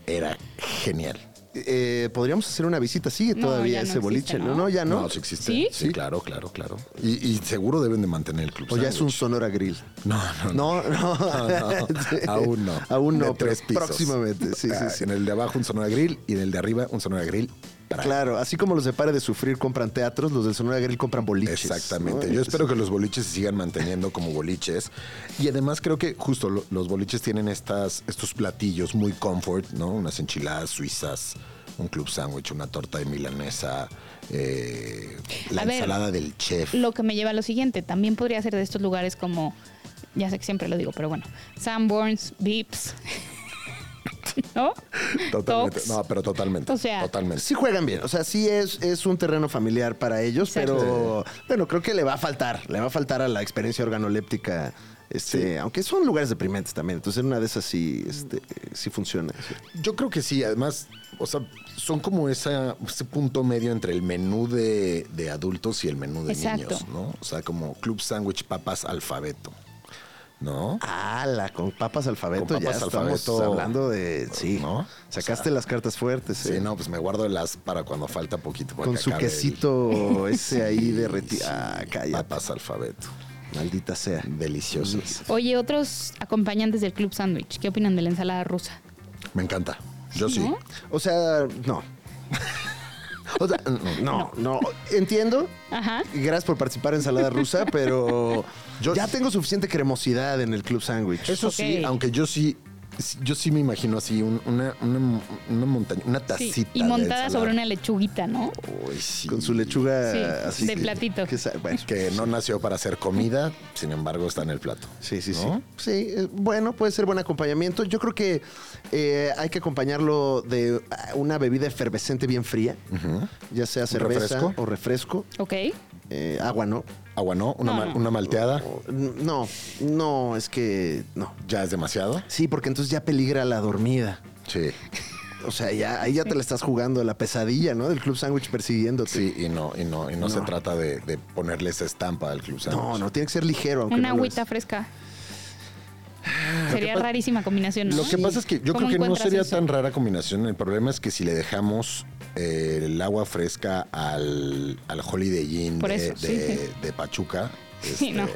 era genial.
Eh, Podríamos hacer una visita, sigue
No,
todavía
ya no
ese boliche,
existe,
¿no?
¿no?
No, ya no.
No, sí existe.
¿Sí?
Sí, claro, claro, claro. Y, y seguro deben de mantener el club
o Pues ya es un
sándwich.
Sonora Grill.
No, no, no.
No, no,
No, no,
Sí.
aún no.
Aún
De
no, pero
tres pisos.
próximamente. Sí, sí,
Ah,
sí.
En el de abajo un sonora grill y en el de arriba un sonora grill. para-
Claro, así como los de Pare de Sufrir compran teatros, los del Sonora Grill compran boliches.
Exactamente.
¿no?
Yo espero que los boliches se sigan manteniendo como boliches. Y además creo que justo lo- los boliches tienen estas, estos platillos muy comfort, ¿no? Unas enchiladas suizas, un club sándwich, una torta de milanesa, eh, la
A ver,
ensalada del chef.
Uh. Lo que me lleva a lo siguiente, también podría ser de estos lugares como, ya sé que siempre lo digo, pero bueno, Sanborns, Vips, ¿no?
Totalmente.
Tox.
No, pero totalmente.
O sea-
totalmente.
Sí juegan bien, o sea, sí es, es un terreno familiar para ellos,
Exacto.
pero bueno, creo que le va a faltar, le va a faltar a la experiencia organoléptica, este, aunque son lugares deprimentes también, entonces en una de esas sí, este, sí funciona. sí.
Yo creo que sí, además, o sea, son como esa, ese punto medio entre el menú de, de adultos y el menú de
Exacto.
niños, ¿no? O sea, como club sándwich, papas, alfabeto, ¿no?
Ah, Ala, con papas alfabeto
Con
ya
papas
estamos
alfabeto,
hablando de, sí,
¿no?
sacaste las cartas fuertes,
Sí,
eh.
no, pues me guardo las para cuando falta poquito. para
con
que
su
acabe el-
quesito ese ahí de reti...
Sí,
Ah, cállate.
Papas alfabeto,
Maldita sea.
deliciosas.
Oye, otros acompañantes del Club Sandwich, ¿qué opinan de la ensalada rusa?
Me encanta, yo sí.
¿no?
O sea, no. O sea, no, no. Entiendo.
Ajá.
Y Gracias por participar en Ensalada Rusa, pero
Yo-
ya tengo suficiente cremosidad en el Club Sandwich.
Eso sí,
Ok.
aunque yo sí, yo sí me imagino así un- una, una, una montaña, una
Sí,
tacita.
y
de
montada
ensalada.
sobre una lechuguita, ¿no?
Uy, sí.
Con su lechuga
Sí,
así.
de platito.
que sa- bueno,
que no nació para hacer comida, sin embargo está en el plato.
Sí, sí,
¿no?
sí. Sí, eh, bueno, puede ser buen acompañamiento. Yo creo que eh, hay que acompañarlo de ah, una bebida efervescente bien fría, ya sea cerveza
refresco?
o refresco.
Ok.
Eh, agua no.
Agua no, una,
No,
mal-
no.
una malteada
O- No, no, es que no.
ya es demasiado.
Sí, porque entonces ya peligra la dormida.
Sí,
O sea, ya, ahí ya te la estás jugando la pesadilla, ¿no? Del club sándwich persiguiéndote.
sí, y no, y no, y no, se
No.
trata de, de ponerle esa estampa al club
No,
sándwich.
no, tiene que ser ligero. Aunque
Una
no lo
agüita
es.
fresca. Sería rarísima combinación, ¿no?
Lo que pasa es que yo
¿Cómo
creo que no
encuentras
sería
eso?
tan rara combinación. El problema es que si le dejamos eh, el agua fresca al, al Holiday Inn
Por
de,
eso, sí,
de-
sí.
de Pachuca,
Sí,
este,
no.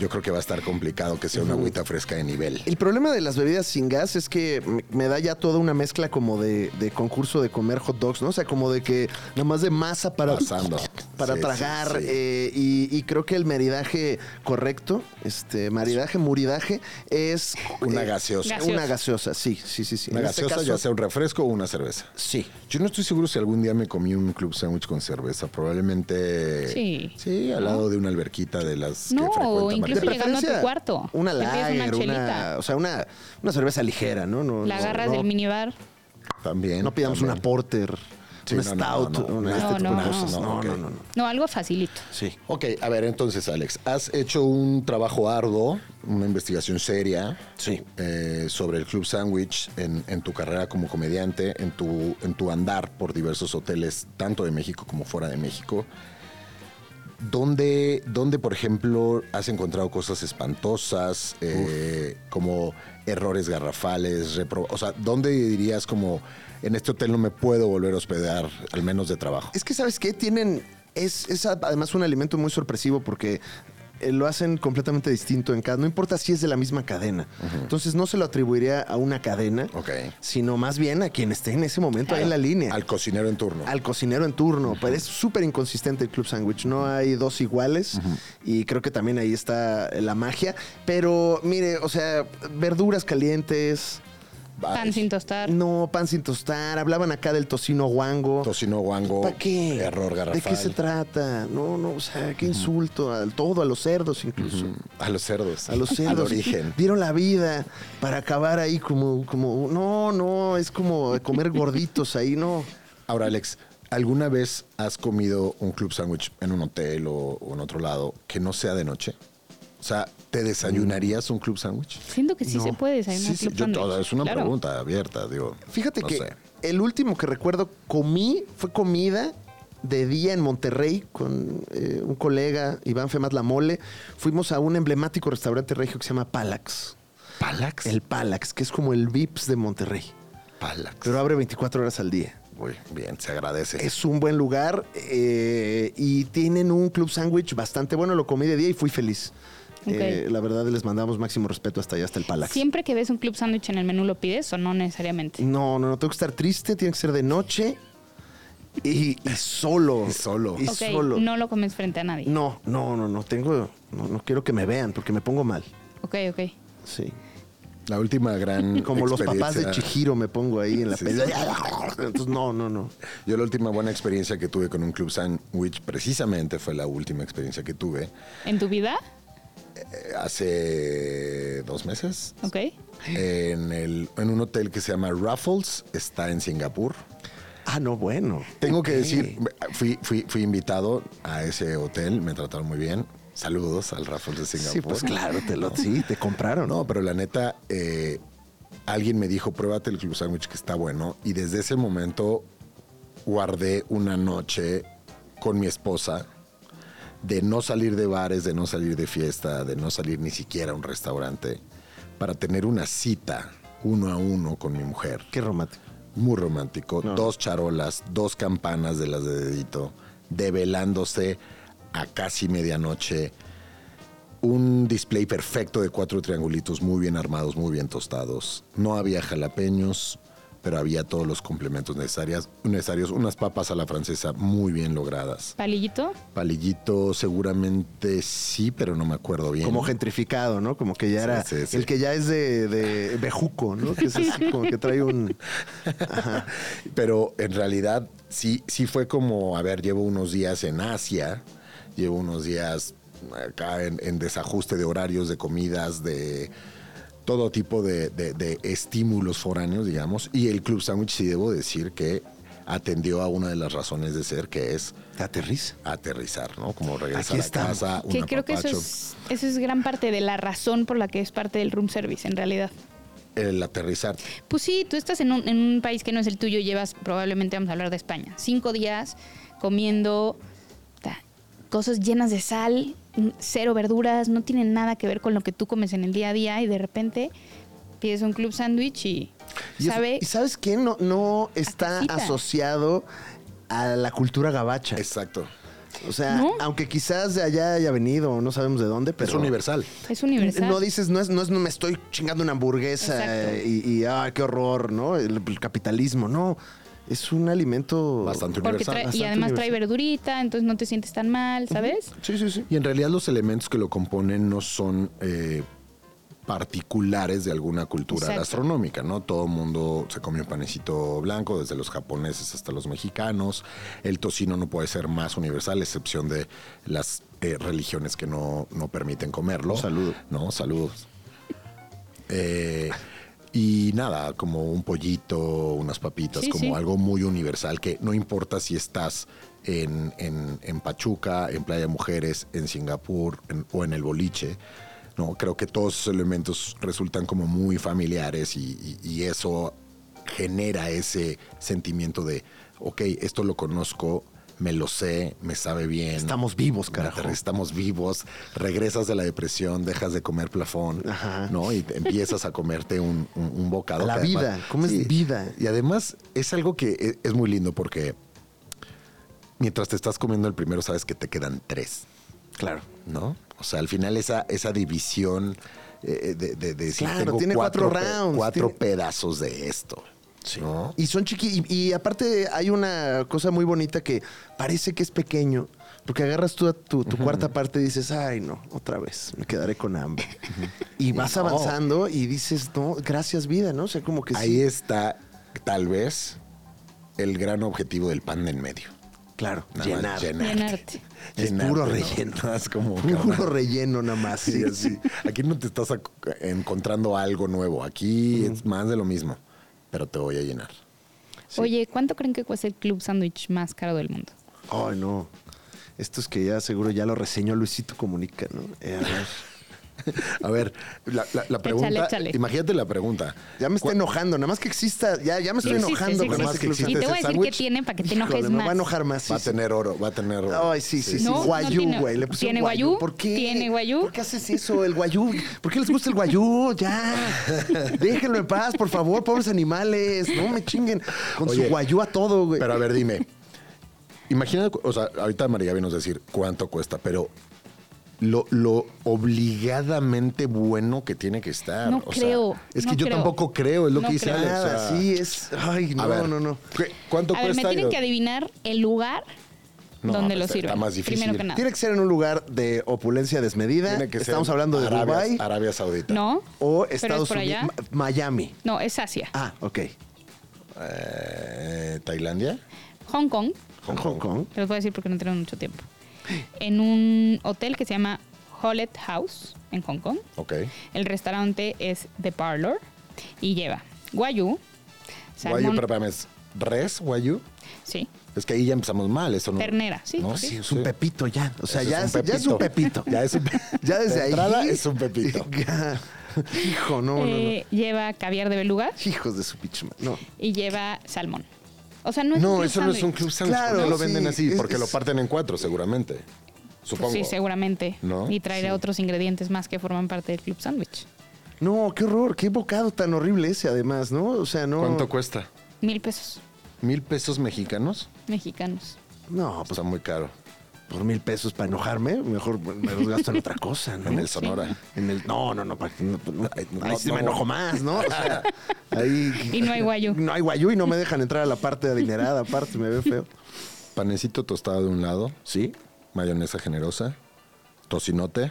yo creo que va a estar complicado que sea una agüita fresca de nivel.
El problema de las bebidas sin gas es que me- me da ya toda una mezcla como de, de concurso de comer hot dogs, ¿no? O sea, como de que nada más de masa para,
Pasando.
para
Sí, sí,
tragar.
sí.
eh, y, y creo que el maridaje correcto, este, maridaje, muridaje, es
Una
eh,
gaseosa.
Una gaseosa, sí, sí, sí, sí.
Una
En este
gaseosa,
caso,
ya sea un refresco o una cerveza.
Sí.
Yo no estoy seguro si algún día me comí un club sándwich con cerveza. Probablemente.
Sí.
Sí, al lado de una alberquita de las
No, o
que frecuenta
incluso
María.
llega- llegando a tu
preferencia,
cuarto.
Una
Te pides una
lager, una,
chelita.
o sea, una, una cerveza ligera, ¿no? no
La
no-
agarras
no,
del minibar.
También.
No pidamos
también.
una porter,
Sí,
una
no, no,
stout,
no, no,
una-
no,
este tipo
no,
de cosas.
no,
No,
ok.
no, no, no.
No, algo facilito.
Sí.
Ok, a ver, entonces, Alex, has hecho un trabajo arduo, una investigación seria.
Sí.
eh, sobre el Club Sandwich en, en tu carrera como comediante, en tu, en tu andar por diversos hoteles, tanto de México como fuera de México. ¿Dónde, dónde, por ejemplo, has encontrado cosas espantosas, eh, como errores garrafales? repro- o sea, ¿dónde dirías como, en este hotel no me puedo volver a hospedar, al menos de trabajo?
Es que, ¿sabes qué? Tienen. Es, es a- además un alimento muy sorpresivo porque eh, lo hacen completamente distinto en cada. No importa si es de la misma cadena. Entonces, no se lo atribuiría a una cadena,
Ok.
sino más bien a quien esté en ese momento ahí en la línea.
Al cocinero en turno.
al cocinero en turno. Pero es súper inconsistente el Club Sandwich. No hay dos iguales. Y creo que también ahí está la magia. Pero mire, o sea, verduras calientes.
Pan sin tostar.
No, pan sin tostar. Hablaban acá del tocino guango.
Tocino guango.
¿Para qué?
Error garrafal.
¿De qué se trata? No, no, o sea, qué insulto. Al todo, a los cerdos incluso.
A los cerdos.
A los cerdos.
Al origen.
Dieron la vida para acabar ahí como, como. No, no, es como comer gorditos ahí, no.
Ahora, Alex, ¿alguna vez has comido un club sándwich en un hotel o, o en otro lado que no sea de noche? O sea, ¿te desayunarías un club sándwich?
Siento que sí
No.
se puede desayunar
Sí, sí,
club
yo-
sándwich.
es una
Claro.
pregunta abierta, digo.
Fíjate
no
que
sé.
el último que recuerdo comí fue comida de día en Monterrey con eh, un colega, Iván Femat La Mole. Fuimos a un emblemático restaurante regio que se llama Palax.
¿Palax?
El Palax, que es como el Vips de Monterrey,
Palax.
pero abre 24 horas al día.
Muy bien, se agradece.
Es un buen lugar eh, y tienen un club sándwich bastante bueno. Lo comí de día y fui feliz.
Ok.
Eh, la verdad, les mandamos máximo respeto hasta allá, hasta el Palax.
Siempre que ves un club sándwich en el menú lo pides o no necesariamente.
No, no, no, tengo que estar triste, tiene que ser de noche y, y solo.
Y solo.
Y
ok,
solo.
no lo comes frente a nadie.
No, no, no, no, tengo, no, no quiero que me vean porque me pongo mal.
Ok, ok.
Sí.
La última gran.
Como los papás de
experiencia-
Chihiro me pongo ahí en la
Sí,
pelea.
sí.
Entonces, no, no, no.
Yo la última buena experiencia que tuve con un club sandwich precisamente fue la última experiencia que tuve
¿En tu vida?
eh, hace dos meses
Ok.
en, el, en un hotel que se llama Raffles, está en Singapur.
Ah, no, bueno.
Tengo que
Ok.
decir, fui, fui, fui invitado a ese hotel, me trataron muy bien. Saludos al Raffles de Singapur.
Sí, pues claro, te lo, sí, te compraron.
No, pero la neta, eh, alguien me dijo, pruébate el club sandwich que está bueno. Y desde ese momento guardé una noche con mi esposa de no salir de bares, de no salir de fiesta, de no salir ni siquiera a un restaurante, para tener una cita uno a uno con mi mujer.
Qué romántico.
Muy romántico. Dos charolas, dos campanas de las de dedito, develándose a casi medianoche. Un display perfecto de cuatro triangulitos muy bien armados, muy bien tostados. No había jalapeños, pero había todos los complementos necesarias- necesarios. Unas papas a la francesa muy bien logradas.
¿Palillito?
Palillito seguramente sí, pero no me acuerdo bien.
Como gentrificado, ¿no? Como que ya era.
Sí, sí, sí.
El que ya es de, de bejuco, ¿no? Que es así, como que trae un.
Pero en realidad sí, sí fue como, a ver, llevo unos días en Asia, llevo unos días acá en, en desajuste de horarios, de comidas, de todo tipo de, de- de estímulos foráneos, digamos. Y el Club Sandwich sí debo decir que atendió a una de las razones de ser, que es
Te aterriza.
aterrizar, ¿no? Como regresar
Aquí
a
estamos.
casa, un
Que creo que eso
apapacho.
es, eso es gran parte de la razón por la que es parte del room service, en realidad.
El aterrizar.
Pues sí, tú estás en un, en un país que no es el tuyo, llevas, probablemente vamos a hablar de España, cinco días comiendo ta, cosas llenas de sal, n- cero verduras, no tienen nada que ver con lo que tú comes en el día a día y de repente pides un club sándwich y,
Y, es-
sabe...
¿y sabes qué? No, no está
casita.
asociado a la cultura gabacha.
Exacto.
o sea,
¿No?
aunque quizás de allá haya venido, o no sabemos de dónde, pero.
es universal.
es universal.
No dices, no es, no es, no me estoy chingando una hamburguesa
Exacto.
y, y, ah, qué horror, ¿no? El, el capitalismo, no. Es un alimento.
Bastante
porque
universal,
trae- y
bastante
además trae
universal.
verdurita, entonces no te sientes tan mal, ¿sabes?
Sí, sí, sí.
Y en realidad los elementos que lo componen no son eh, particulares de alguna cultura
Exacto.
gastronómica, ¿no? Todo mundo se come un panecito blanco, desde los japoneses hasta los mexicanos. El tocino no puede ser más universal, a excepción de las eh, religiones que no, no permiten comerlo.
Un saludo.
No, saludos. Eh, y nada, como un pollito, unas papitas,
Sí,
como
sí.
algo muy universal que no importa si estás en, en- en Pachuca, en Playa Mujeres, en Singapur en- o en el boliche. No, creo que todos esos elementos resultan como muy familiares y, y- y eso genera ese sentimiento de, ok, esto lo conozco, me lo sé, me sabe bien.
Estamos vivos, carajo.
Re- Estamos vivos, regresas de la depresión, dejas de comer plafón,
Ajá.
¿no? Y te- empiezas a comerte un, un, un bocado.
La
que
vida, comes vida.
Y además es algo que e- es muy lindo porque mientras te estás comiendo el primero sabes que te quedan tres.
Claro.
¿no? O sea, al final esa, esa división eh, de, de, de decir,
Claro,
tengo
tiene cuatro
pe-
rounds,
Cuatro
tiene-
pedazos de esto. ¿no?
Y son chiqui y, y aparte hay una cosa muy bonita que parece que es pequeño, porque agarras tú a tu, tu cuarta parte y dices, ay no, otra vez, me quedaré con hambre. Y vas avanzando y dices, no, gracias vida, ¿no? O sea, como que
Ahí
sí.
está, tal vez, el gran objetivo del pan de en medio.
Claro,
Nada
llenar.
más llenarte.
Llenarte.
Es
Llenarte,
puro
¿no?
relleno.
Es como
Puro
carnal,
relleno nada más.
sí, así. Aquí no te estás ac- encontrando algo nuevo. Aquí es más de lo mismo, pero te voy a llenar.
Oye, ¿cuánto creen que cuesta el club sándwich más caro del mundo?
Ay, no. Estos que ya seguro ya lo reseñó Luisito Comunica, ¿no? Eh, a ver.
A ver, la, la- la pregunta.
échale.
Imagínate la pregunta.
Ya me está
Cu-
enojado, nada más que exista, ya, ya me
Sí
estoy
existe,
enojando
sí
con
existe.
más que
existe
Y te voy a
ese
decir qué
sándwich.
tiene para que te enojes
Híjole,
más.
Me va a enojar más. sí,
Va a
sí.
tener oro, va a tener oro.
Ay, sí, sí, sí.
No, no
guayú,
tiene-
güey. le pusieron
¿tiene guayú?
¿Por qué?
¿Tiene guayú?
¿Por qué haces eso, el guayú? ¿Por qué les gusta el guayú? Ya. Déjenlo en paz, por favor, pobres animales. No me chinguen. Con
Oye,
su guayú a todo, güey.
Pero a ver, dime. Imagina, o sea, ahorita María vino a decir cuánto cuesta, pero lo, lo obligadamente bueno que tiene que estar.
No
o sea,
creo,
es
no
que yo
creo.
tampoco creo, es lo
No
que dice
creo.
Ale, o sea,
Nada, sí, es. Ay,
a
no,
ver,
no, no.
¿qué- ¿Cuánto
A ver,
cuesta?
me tienen que adivinar el lugar
No,
donde
pues
lo
está
sirven.
más difícil.
Primero que nada.
Tiene que ser en un lugar de opulencia desmedida.
Tiene que ser
Eh, Estamos hablando de
Arabia,
Dubái
Arabia Saudita.
¿No?
o
¿Pero es
Estados
por
Unidos.
allá?
Ma- Miami.
No, es Asia.
Ah, ok.
Eh, ¿Tailandia?
Hong Kong,
Hong Kong.
te los voy a decir porque no tenemos mucho tiempo. En un hotel que se llama Holet House en Hong Kong.
Ok.
El restaurante es The Parlor y lleva guayú, salmón,
Guayu, pero espérame, ¿es ¿res guayu?
sí,
Es que ahí ya empezamos mal, eso no.
Ternera, sí,
¿no?
sí.
Sí, es un pepito ya. O sea,
Eso
ya, es ya es un pepito.
ya es un pe-
Ya desde
de
ahí.
entrada es un pepito.
Ya. Hijo, no, no, no.
eh, lleva caviar de beluga
Hijos de su pinche madre. No.
y lleva salmón. O sea, no es un
No,
club
eso no es un
sándwich.
club sándwich.
Claro,
Claro, lo
sí,
venden así,
es-
porque
es-
lo parten en cuatro, seguramente.
Pues
Supongo.
sí, seguramente.
¿No?
Y traerá otros ingredientes más que forman parte del club sándwich.
No, qué horror, qué bocado tan horrible ese además, ¿no? O sea, no.
¿Cuánto cuesta?
Mil pesos
¿Mil pesos mexicanos? Ah,
mexicanos.
No, pues
Está muy caro.
por mil pesos para enojarme, mejor me los gasto en otra cosa, ¿no?
En el Sonora.
En el- no, no, no, para- no, pues, no. ahí
no,
sí
no.
me enojo más, ¿no? O sea, ahí.
Y no hay guayú.
No hay guayú y no me dejan entrar a la parte adinerada, aparte me ve feo.
Panecito tostado de un lado,
¿Sí?
mayonesa generosa, tocinote,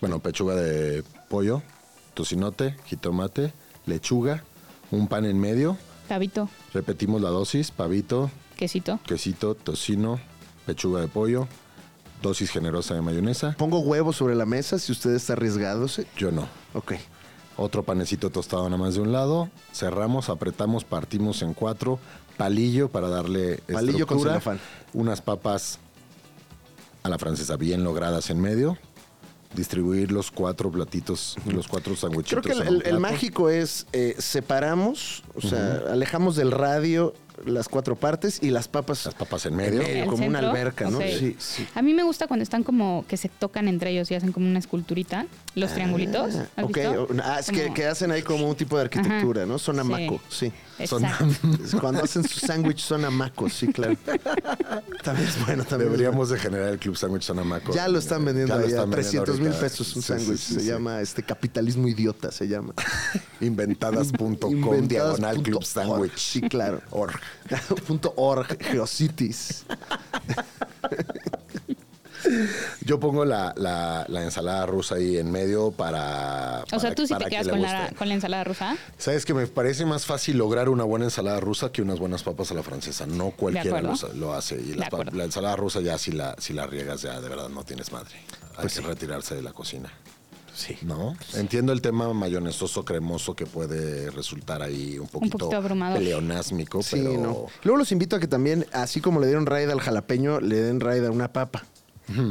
bueno, pechuga de pollo, tocinote, jitomate, lechuga, un pan en medio,
Pavito,
repetimos la dosis, pavito,
quesito.
quesito, tocino, pechuga de pollo, dosis generosa de mayonesa.
Pongo huevos sobre la mesa si usted está arriesgándose.
Yo no.
Ok.
Otro panecito tostado nada más de un lado. Cerramos, apretamos, partimos en cuatro. Palillo para darle
Palillo con
estructura.
celofán.
Unas papas a la francesa bien logradas en medio. Distribuir los cuatro platitos, los cuatro
Creo
sándwichitos.
que el,
en un
el- el
plato.
mágico es eh, separamos, o sea, alejamos del radio las cuatro partes y las papas.
Las papas en medio.
¿El
como una
centro?
alberca, ¿no?
Ok.
Sí, sí.
A mí me gusta cuando están como que se tocan entre ellos y hacen como una esculturita, los triangulitos. ¿has
Ah, Ok,
visto?
o- ah, es que,
Como-
que hacen ahí como un tipo de arquitectura,
Ajá.
¿no? Son amaco, sí.
Exacto.
Es Cuando hacen su sándwich son amacos, sí, claro. también es bueno, también. es bueno.
Deberíamos de generar el Club Sándwich Sonamaco.
Ya lo están vendiendo
Ya lo
ahí a
están vendiendo
300 mil
ahorita.
pesos un
Sí, sí,
sándwich.
sí,
se
sí.
llama este capitalismo idiota, se llama.
Inventadas.com
Inventadas
diagonal
punto
Club
org.
Sándwich.
Sí, claro.
Org. Oh,
Punto org, Geocities.
Yo pongo la, la- la ensalada rusa ahí en medio para.
O sea,
para-
tú sí te
para que
quedas
le
con
guste.
la, con la ensalada rusa.
Sabes que me parece más fácil lograr una buena ensalada rusa que unas buenas papas a la francesa. No cualquiera
acuerdo.
lo, sa- lo hace. Y
De
la, pa-
acuerdo.
la ensalada rusa ya si la, si la riegas ya de verdad no tienes madre. Hay que retirarse de la cocina.
Pues Sí.
¿No? Entiendo el tema mayonesoso, cremoso que puede resultar ahí un poquito,
poquito abrumador.
pleonásmico,
Sí,
pero
no. Luego los invito a que también, así como le dieron raid al jalapeño, le den raid a una papa.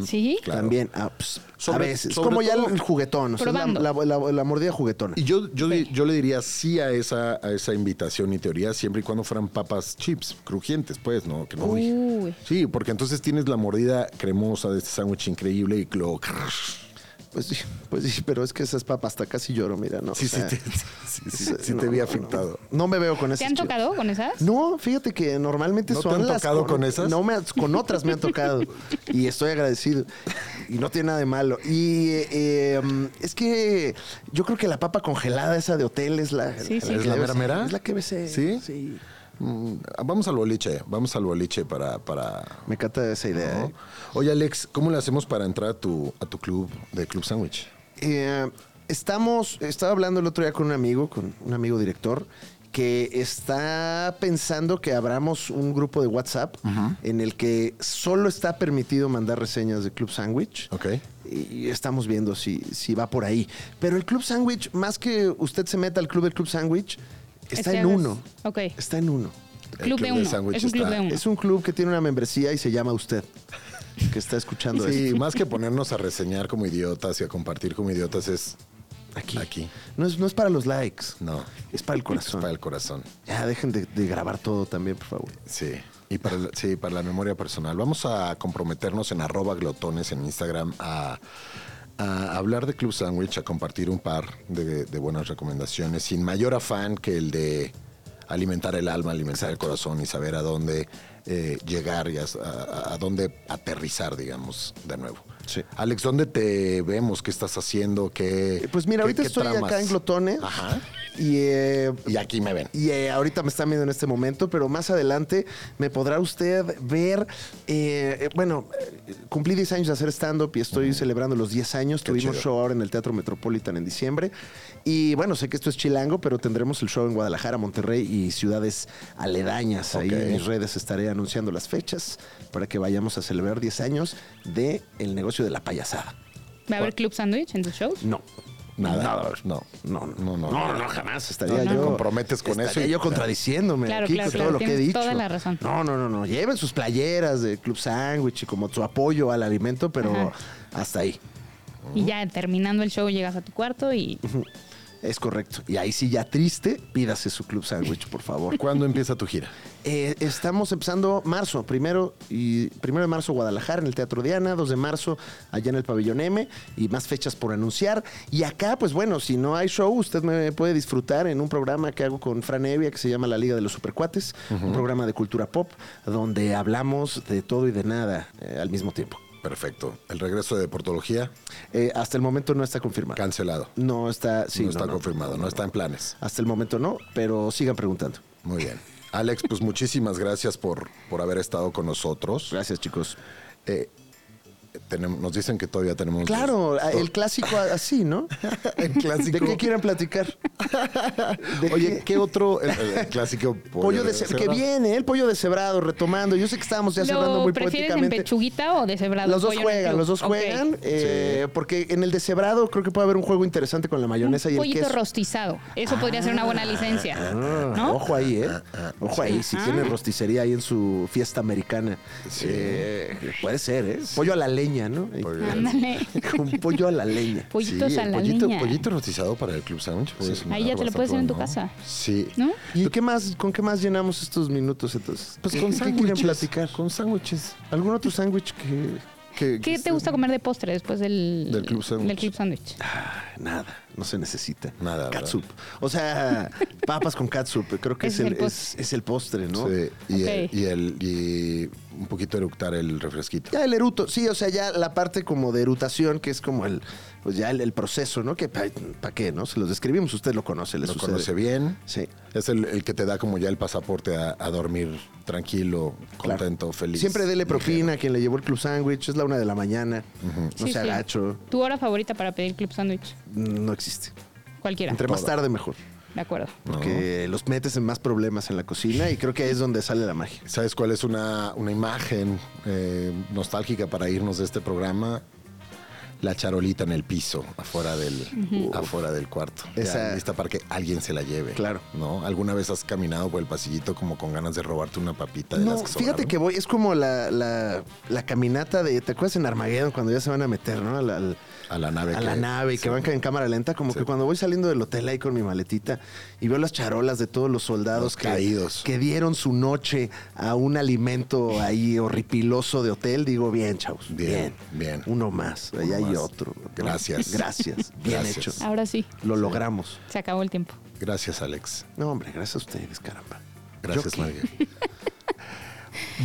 ¿Sí?
Claro.
También, ah, pues, a
Sobre-
veces. Es
sobre
como ya
todo-
el juguetón, o sea, la,
Probando.
la- la- la mordida juguetona.
Y yo, yo, di- yo le diría sí a esa, a esa invitación y teoría siempre y cuando fueran papas chips, crujientes, pues, ¿no? Que no
Uy.
Sí, porque entonces tienes la mordida cremosa de este sándwich increíble y lo...
Pues sí, pues sí, pero es que esas papas hasta casi lloro, mira, ¿no?
Sí,
O
sí,
sea,
te, sí, sí, sí, sí
no,
te vi
no,
afectado.
No, no me veo con esas.
¿Te han
chidas.
tocado con esas?
No, fíjate que normalmente
¿No te
son
han
las
tocado con esas?
No, me, ha- con otras me han tocado. y estoy agradecido. Y no tiene nada de malo. Y eh, eh, mm, es que yo creo que la papa congelada, esa de hotel, es la.
Sí, sí.
que
¿Es la
mera
besé.
mera?
Es la que besé.
¿Sí?
Sí.
Mm, Vamos al boliche, vamos al boliche para... para
Me encanta esa idea.
¿no?
¿eh?
Oye, Alex, ¿cómo le hacemos para entrar a tu, a tu club de Club Sándwich?
Eh, estamos, estaba hablando el otro día con un amigo, con un amigo director, que está pensando que abramos un grupo de WhatsApp en el que solo está permitido mandar reseñas de Club Sandwich.
¿Ok?
Y estamos viendo si, si va por ahí. Pero el Club Sandwich, más que usted se meta al Club del Club Sandwich, está
Este
en
hagas-
uno.
Ok.
Está en uno.
El
Club de
del
uno.
sándwich
Es un club
está-
de uno.
Es un club que tiene una membresía y se llama usted, que está escuchando
Sí,
esto.
más que ponernos a reseñar como idiotas y a compartir como idiotas es
Aquí.
Aquí.
No es, no es para los likes.
no,
Es para el
es
corazón.
para el corazón.
Ya, dejen de, de grabar todo también, por favor.
Sí. Y para, la- sí, para la memoria personal. Vamos a comprometernos en arroba glotones en Instagram a, a hablar de Club Sandwich, a compartir un par de, de buenas recomendaciones, sin mayor afán que el de alimentar el alma, alimentar el corazón y saber a dónde eh, llegar y a, a- a dónde aterrizar, digamos, de nuevo.
Sí.
Alex, ¿dónde te vemos? ¿Qué estás haciendo? ¿Qué,
Eh, Pues mira,
qué-
ahorita
qué
estoy
tramas?
acá en Glotones.
Ajá.
Y, eh,
Y aquí me ven.
y, eh, ahorita me están viendo en este momento, pero más adelante me podrá usted ver. eh, eh, bueno, eh, cumplí 10 años de hacer stand-up y estoy celebrando los 10 años.
Qué
Tuvimos
chido.
show ahora en el Teatro Metropolitan en diciembre. Y bueno, sé que esto es chilango, pero tendremos el show en Guadalajara, Monterrey y ciudades aledañas.
Ok.
Ahí en mis redes estaré anunciando las fechas para que vayamos a celebrar 10 años de el negocio de la payasada.
¿Va a haber Club Sandwich en tus shows?
No.
Nada.
No. No,
No, no.
jamás estaría
No, no.
yo.
Te comprometes con
estaría
eso y-
yo contradiciéndome
Claro,
aquí
claro,
con
claro,
todo lo que he
tienes
dicho.
toda la razón.
No, no, no, no. Lleven sus playeras de Club Sandwich y como su apoyo al alimento, pero
Ajá.
hasta ahí.
Y ya terminando el show llegas a tu cuarto y
Es correcto. Y ahí sí, ya triste, pídase su Club Sandwich, por favor.
¿Cuándo empieza tu gira?
Eh, estamos empezando marzo, primero y primero de marzo Guadalajara en el Teatro Diana, 2 de marzo allá en el Pabellón M y más fechas por anunciar. Y acá, pues bueno, si no hay show, usted me puede disfrutar en un programa que hago con Fran Evia que se llama La Liga de los Supercuates, un programa de cultura pop donde hablamos de todo y de nada eh, al mismo tiempo.
Perfecto. El regreso de Deportología,
Eh, hasta el momento no está confirmado.
cancelado.
no está, sí,
no está confirmado, no, está en planes.
Hasta el momento no, pero sigan preguntando.
Muy bien. Alex, pues muchísimas gracias por, por haber estado con nosotros.
Gracias, chicos.
Eh, tenemos- nos dicen que todavía tenemos...
Claro, el clásico
oh.
así, ¿no?
el clásico.
¿De qué quieren platicar? ¿De
Oye,
qué?
¿qué otro el, el clásico
pollo de ce- que viene, ¿eh? el pollo deshebrado, retomando. Yo sé que estábamos ya cerrando
¿Lo
muy
prefieres en
poéticamente.
pechuguita o deshebrado?
Los dos
Pollo en el
juegan,
club.
los dos
Ok.
juegan, eh, porque en el deshebrado creo que puede haber un juego interesante con la mayonesa y el
Pollito
queso.
rostizado. Eso podría ser una buena licencia.
Ah,
¿No? Ah.
Ojo ahí, ¿eh? Ojo ahí, si tiene rosticería ahí en su fiesta americana. Eh, puede ser, ¿eh? Pollo a la leña, ¿no?
Ándale.
Un pollo a la leña.
Pollitos
Sí,
a la
pollito,
leña.
pollito rostizado para el Club Sándwich. puede sonar
Ahí ya te lo
bastante
puedes hacer en tu
bueno,
casa.
Sí.
¿No?
¿Y qué más, con qué más llenamos estos minutos entonces?
Pues
¿Qué-
con
qué quieren
sándwiches.
platicar?
Con sándwiches.
¿Algún otro sándwich que,
Que-
¿Qué te gusta comer de postre después del,
Del club sándwich.
del club sándwich?
Ah, Nada, no se necesita.
Nada, ¿verdad?
Catsup. O sea, papas con catsup, creo que es,
Ese es
el,
el
es,
postre.
es el postre, ¿no?
Sí, y,
Ok.
el, y, el- y un poquito eructar el refresquito.
Ya el eruto, sí, o sea, ya la parte como de erutación, que es como el, pues ya el, el proceso, ¿no? Que para qué, ¿no? Se los describimos, usted lo conoce, le
Lo
sucede.
conoce bien.
Sí.
Es el, el que te da como ya el pasaporte a, a dormir tranquilo,
Claro.
contento, feliz.
Siempre dele
ligero.
propina a quien le llevó el club sándwich, es la una de la mañana, no
Sí,
se
sí.
agacho,
¿Tu hora favorita para pedir club sándwich?
no existe.
Cualquiera.
Entre más tarde mejor,
De acuerdo.
porque los metes en más problemas en la cocina y creo que ahí es donde sale la magia.
¿Sabes cuál es una, una imagen eh, nostálgica para irnos de este programa? la charolita en el piso, afuera del, afuera del cuarto. Ya
Esa-
lista para que alguien se la lleve.
Claro.
¿No? ¿Alguna vez has caminado por el pasillito como con ganas de robarte una papita de
No,
las que
fíjate
sobraron?
que voy, es como la, la- la caminata de, ¿te acuerdas en Armageddon cuando ya se van a meter, ¿no? Al- al-
A la nave
A
que-
la nave y que
sí.
van en cámara lenta, como
Sí.
que cuando voy saliendo del hotel ahí con mi maletita y veo las charolas de todos los soldados
Los
que,
caídos.
que dieron su noche a un alimento ahí horripiloso de hotel, digo, bien, chavos.
Bien,
Bien,
bien.
Uno más, ahí
Uno
hay
más.
otro. ¿no?
Gracias.
Gracias, bien
Gracias.
hecho.
Ahora sí,
Lo logramos.
se acabó el tiempo.
Gracias, Alex.
No, hombre, gracias a ustedes, caramba.
Gracias,
Yo qué-
Marguerite.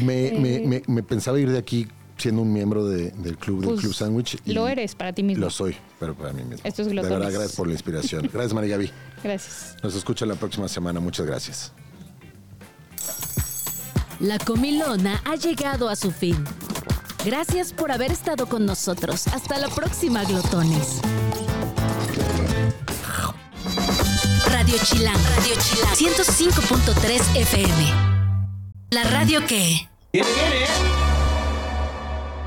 me,
Eh.
me- me- me pensaba ir de aquí siendo un miembro de- del club del
Pues,
Club Sandwich. y
Lo eres para ti mismo.
Lo soy, pero para mí mismo.
Esto es
de
glotones.
verdad, gracias por la inspiración. Gracias, María Gaby.
Gracias.
Nos escucha la próxima semana. Muchas gracias.
La comilona ha llegado a su fin. Gracias por haber estado con nosotros. Hasta la próxima, glotones. Radio Chilán, Radio Chilán, 105.3 FM. La radio que...
Viene, viene, ¿eh?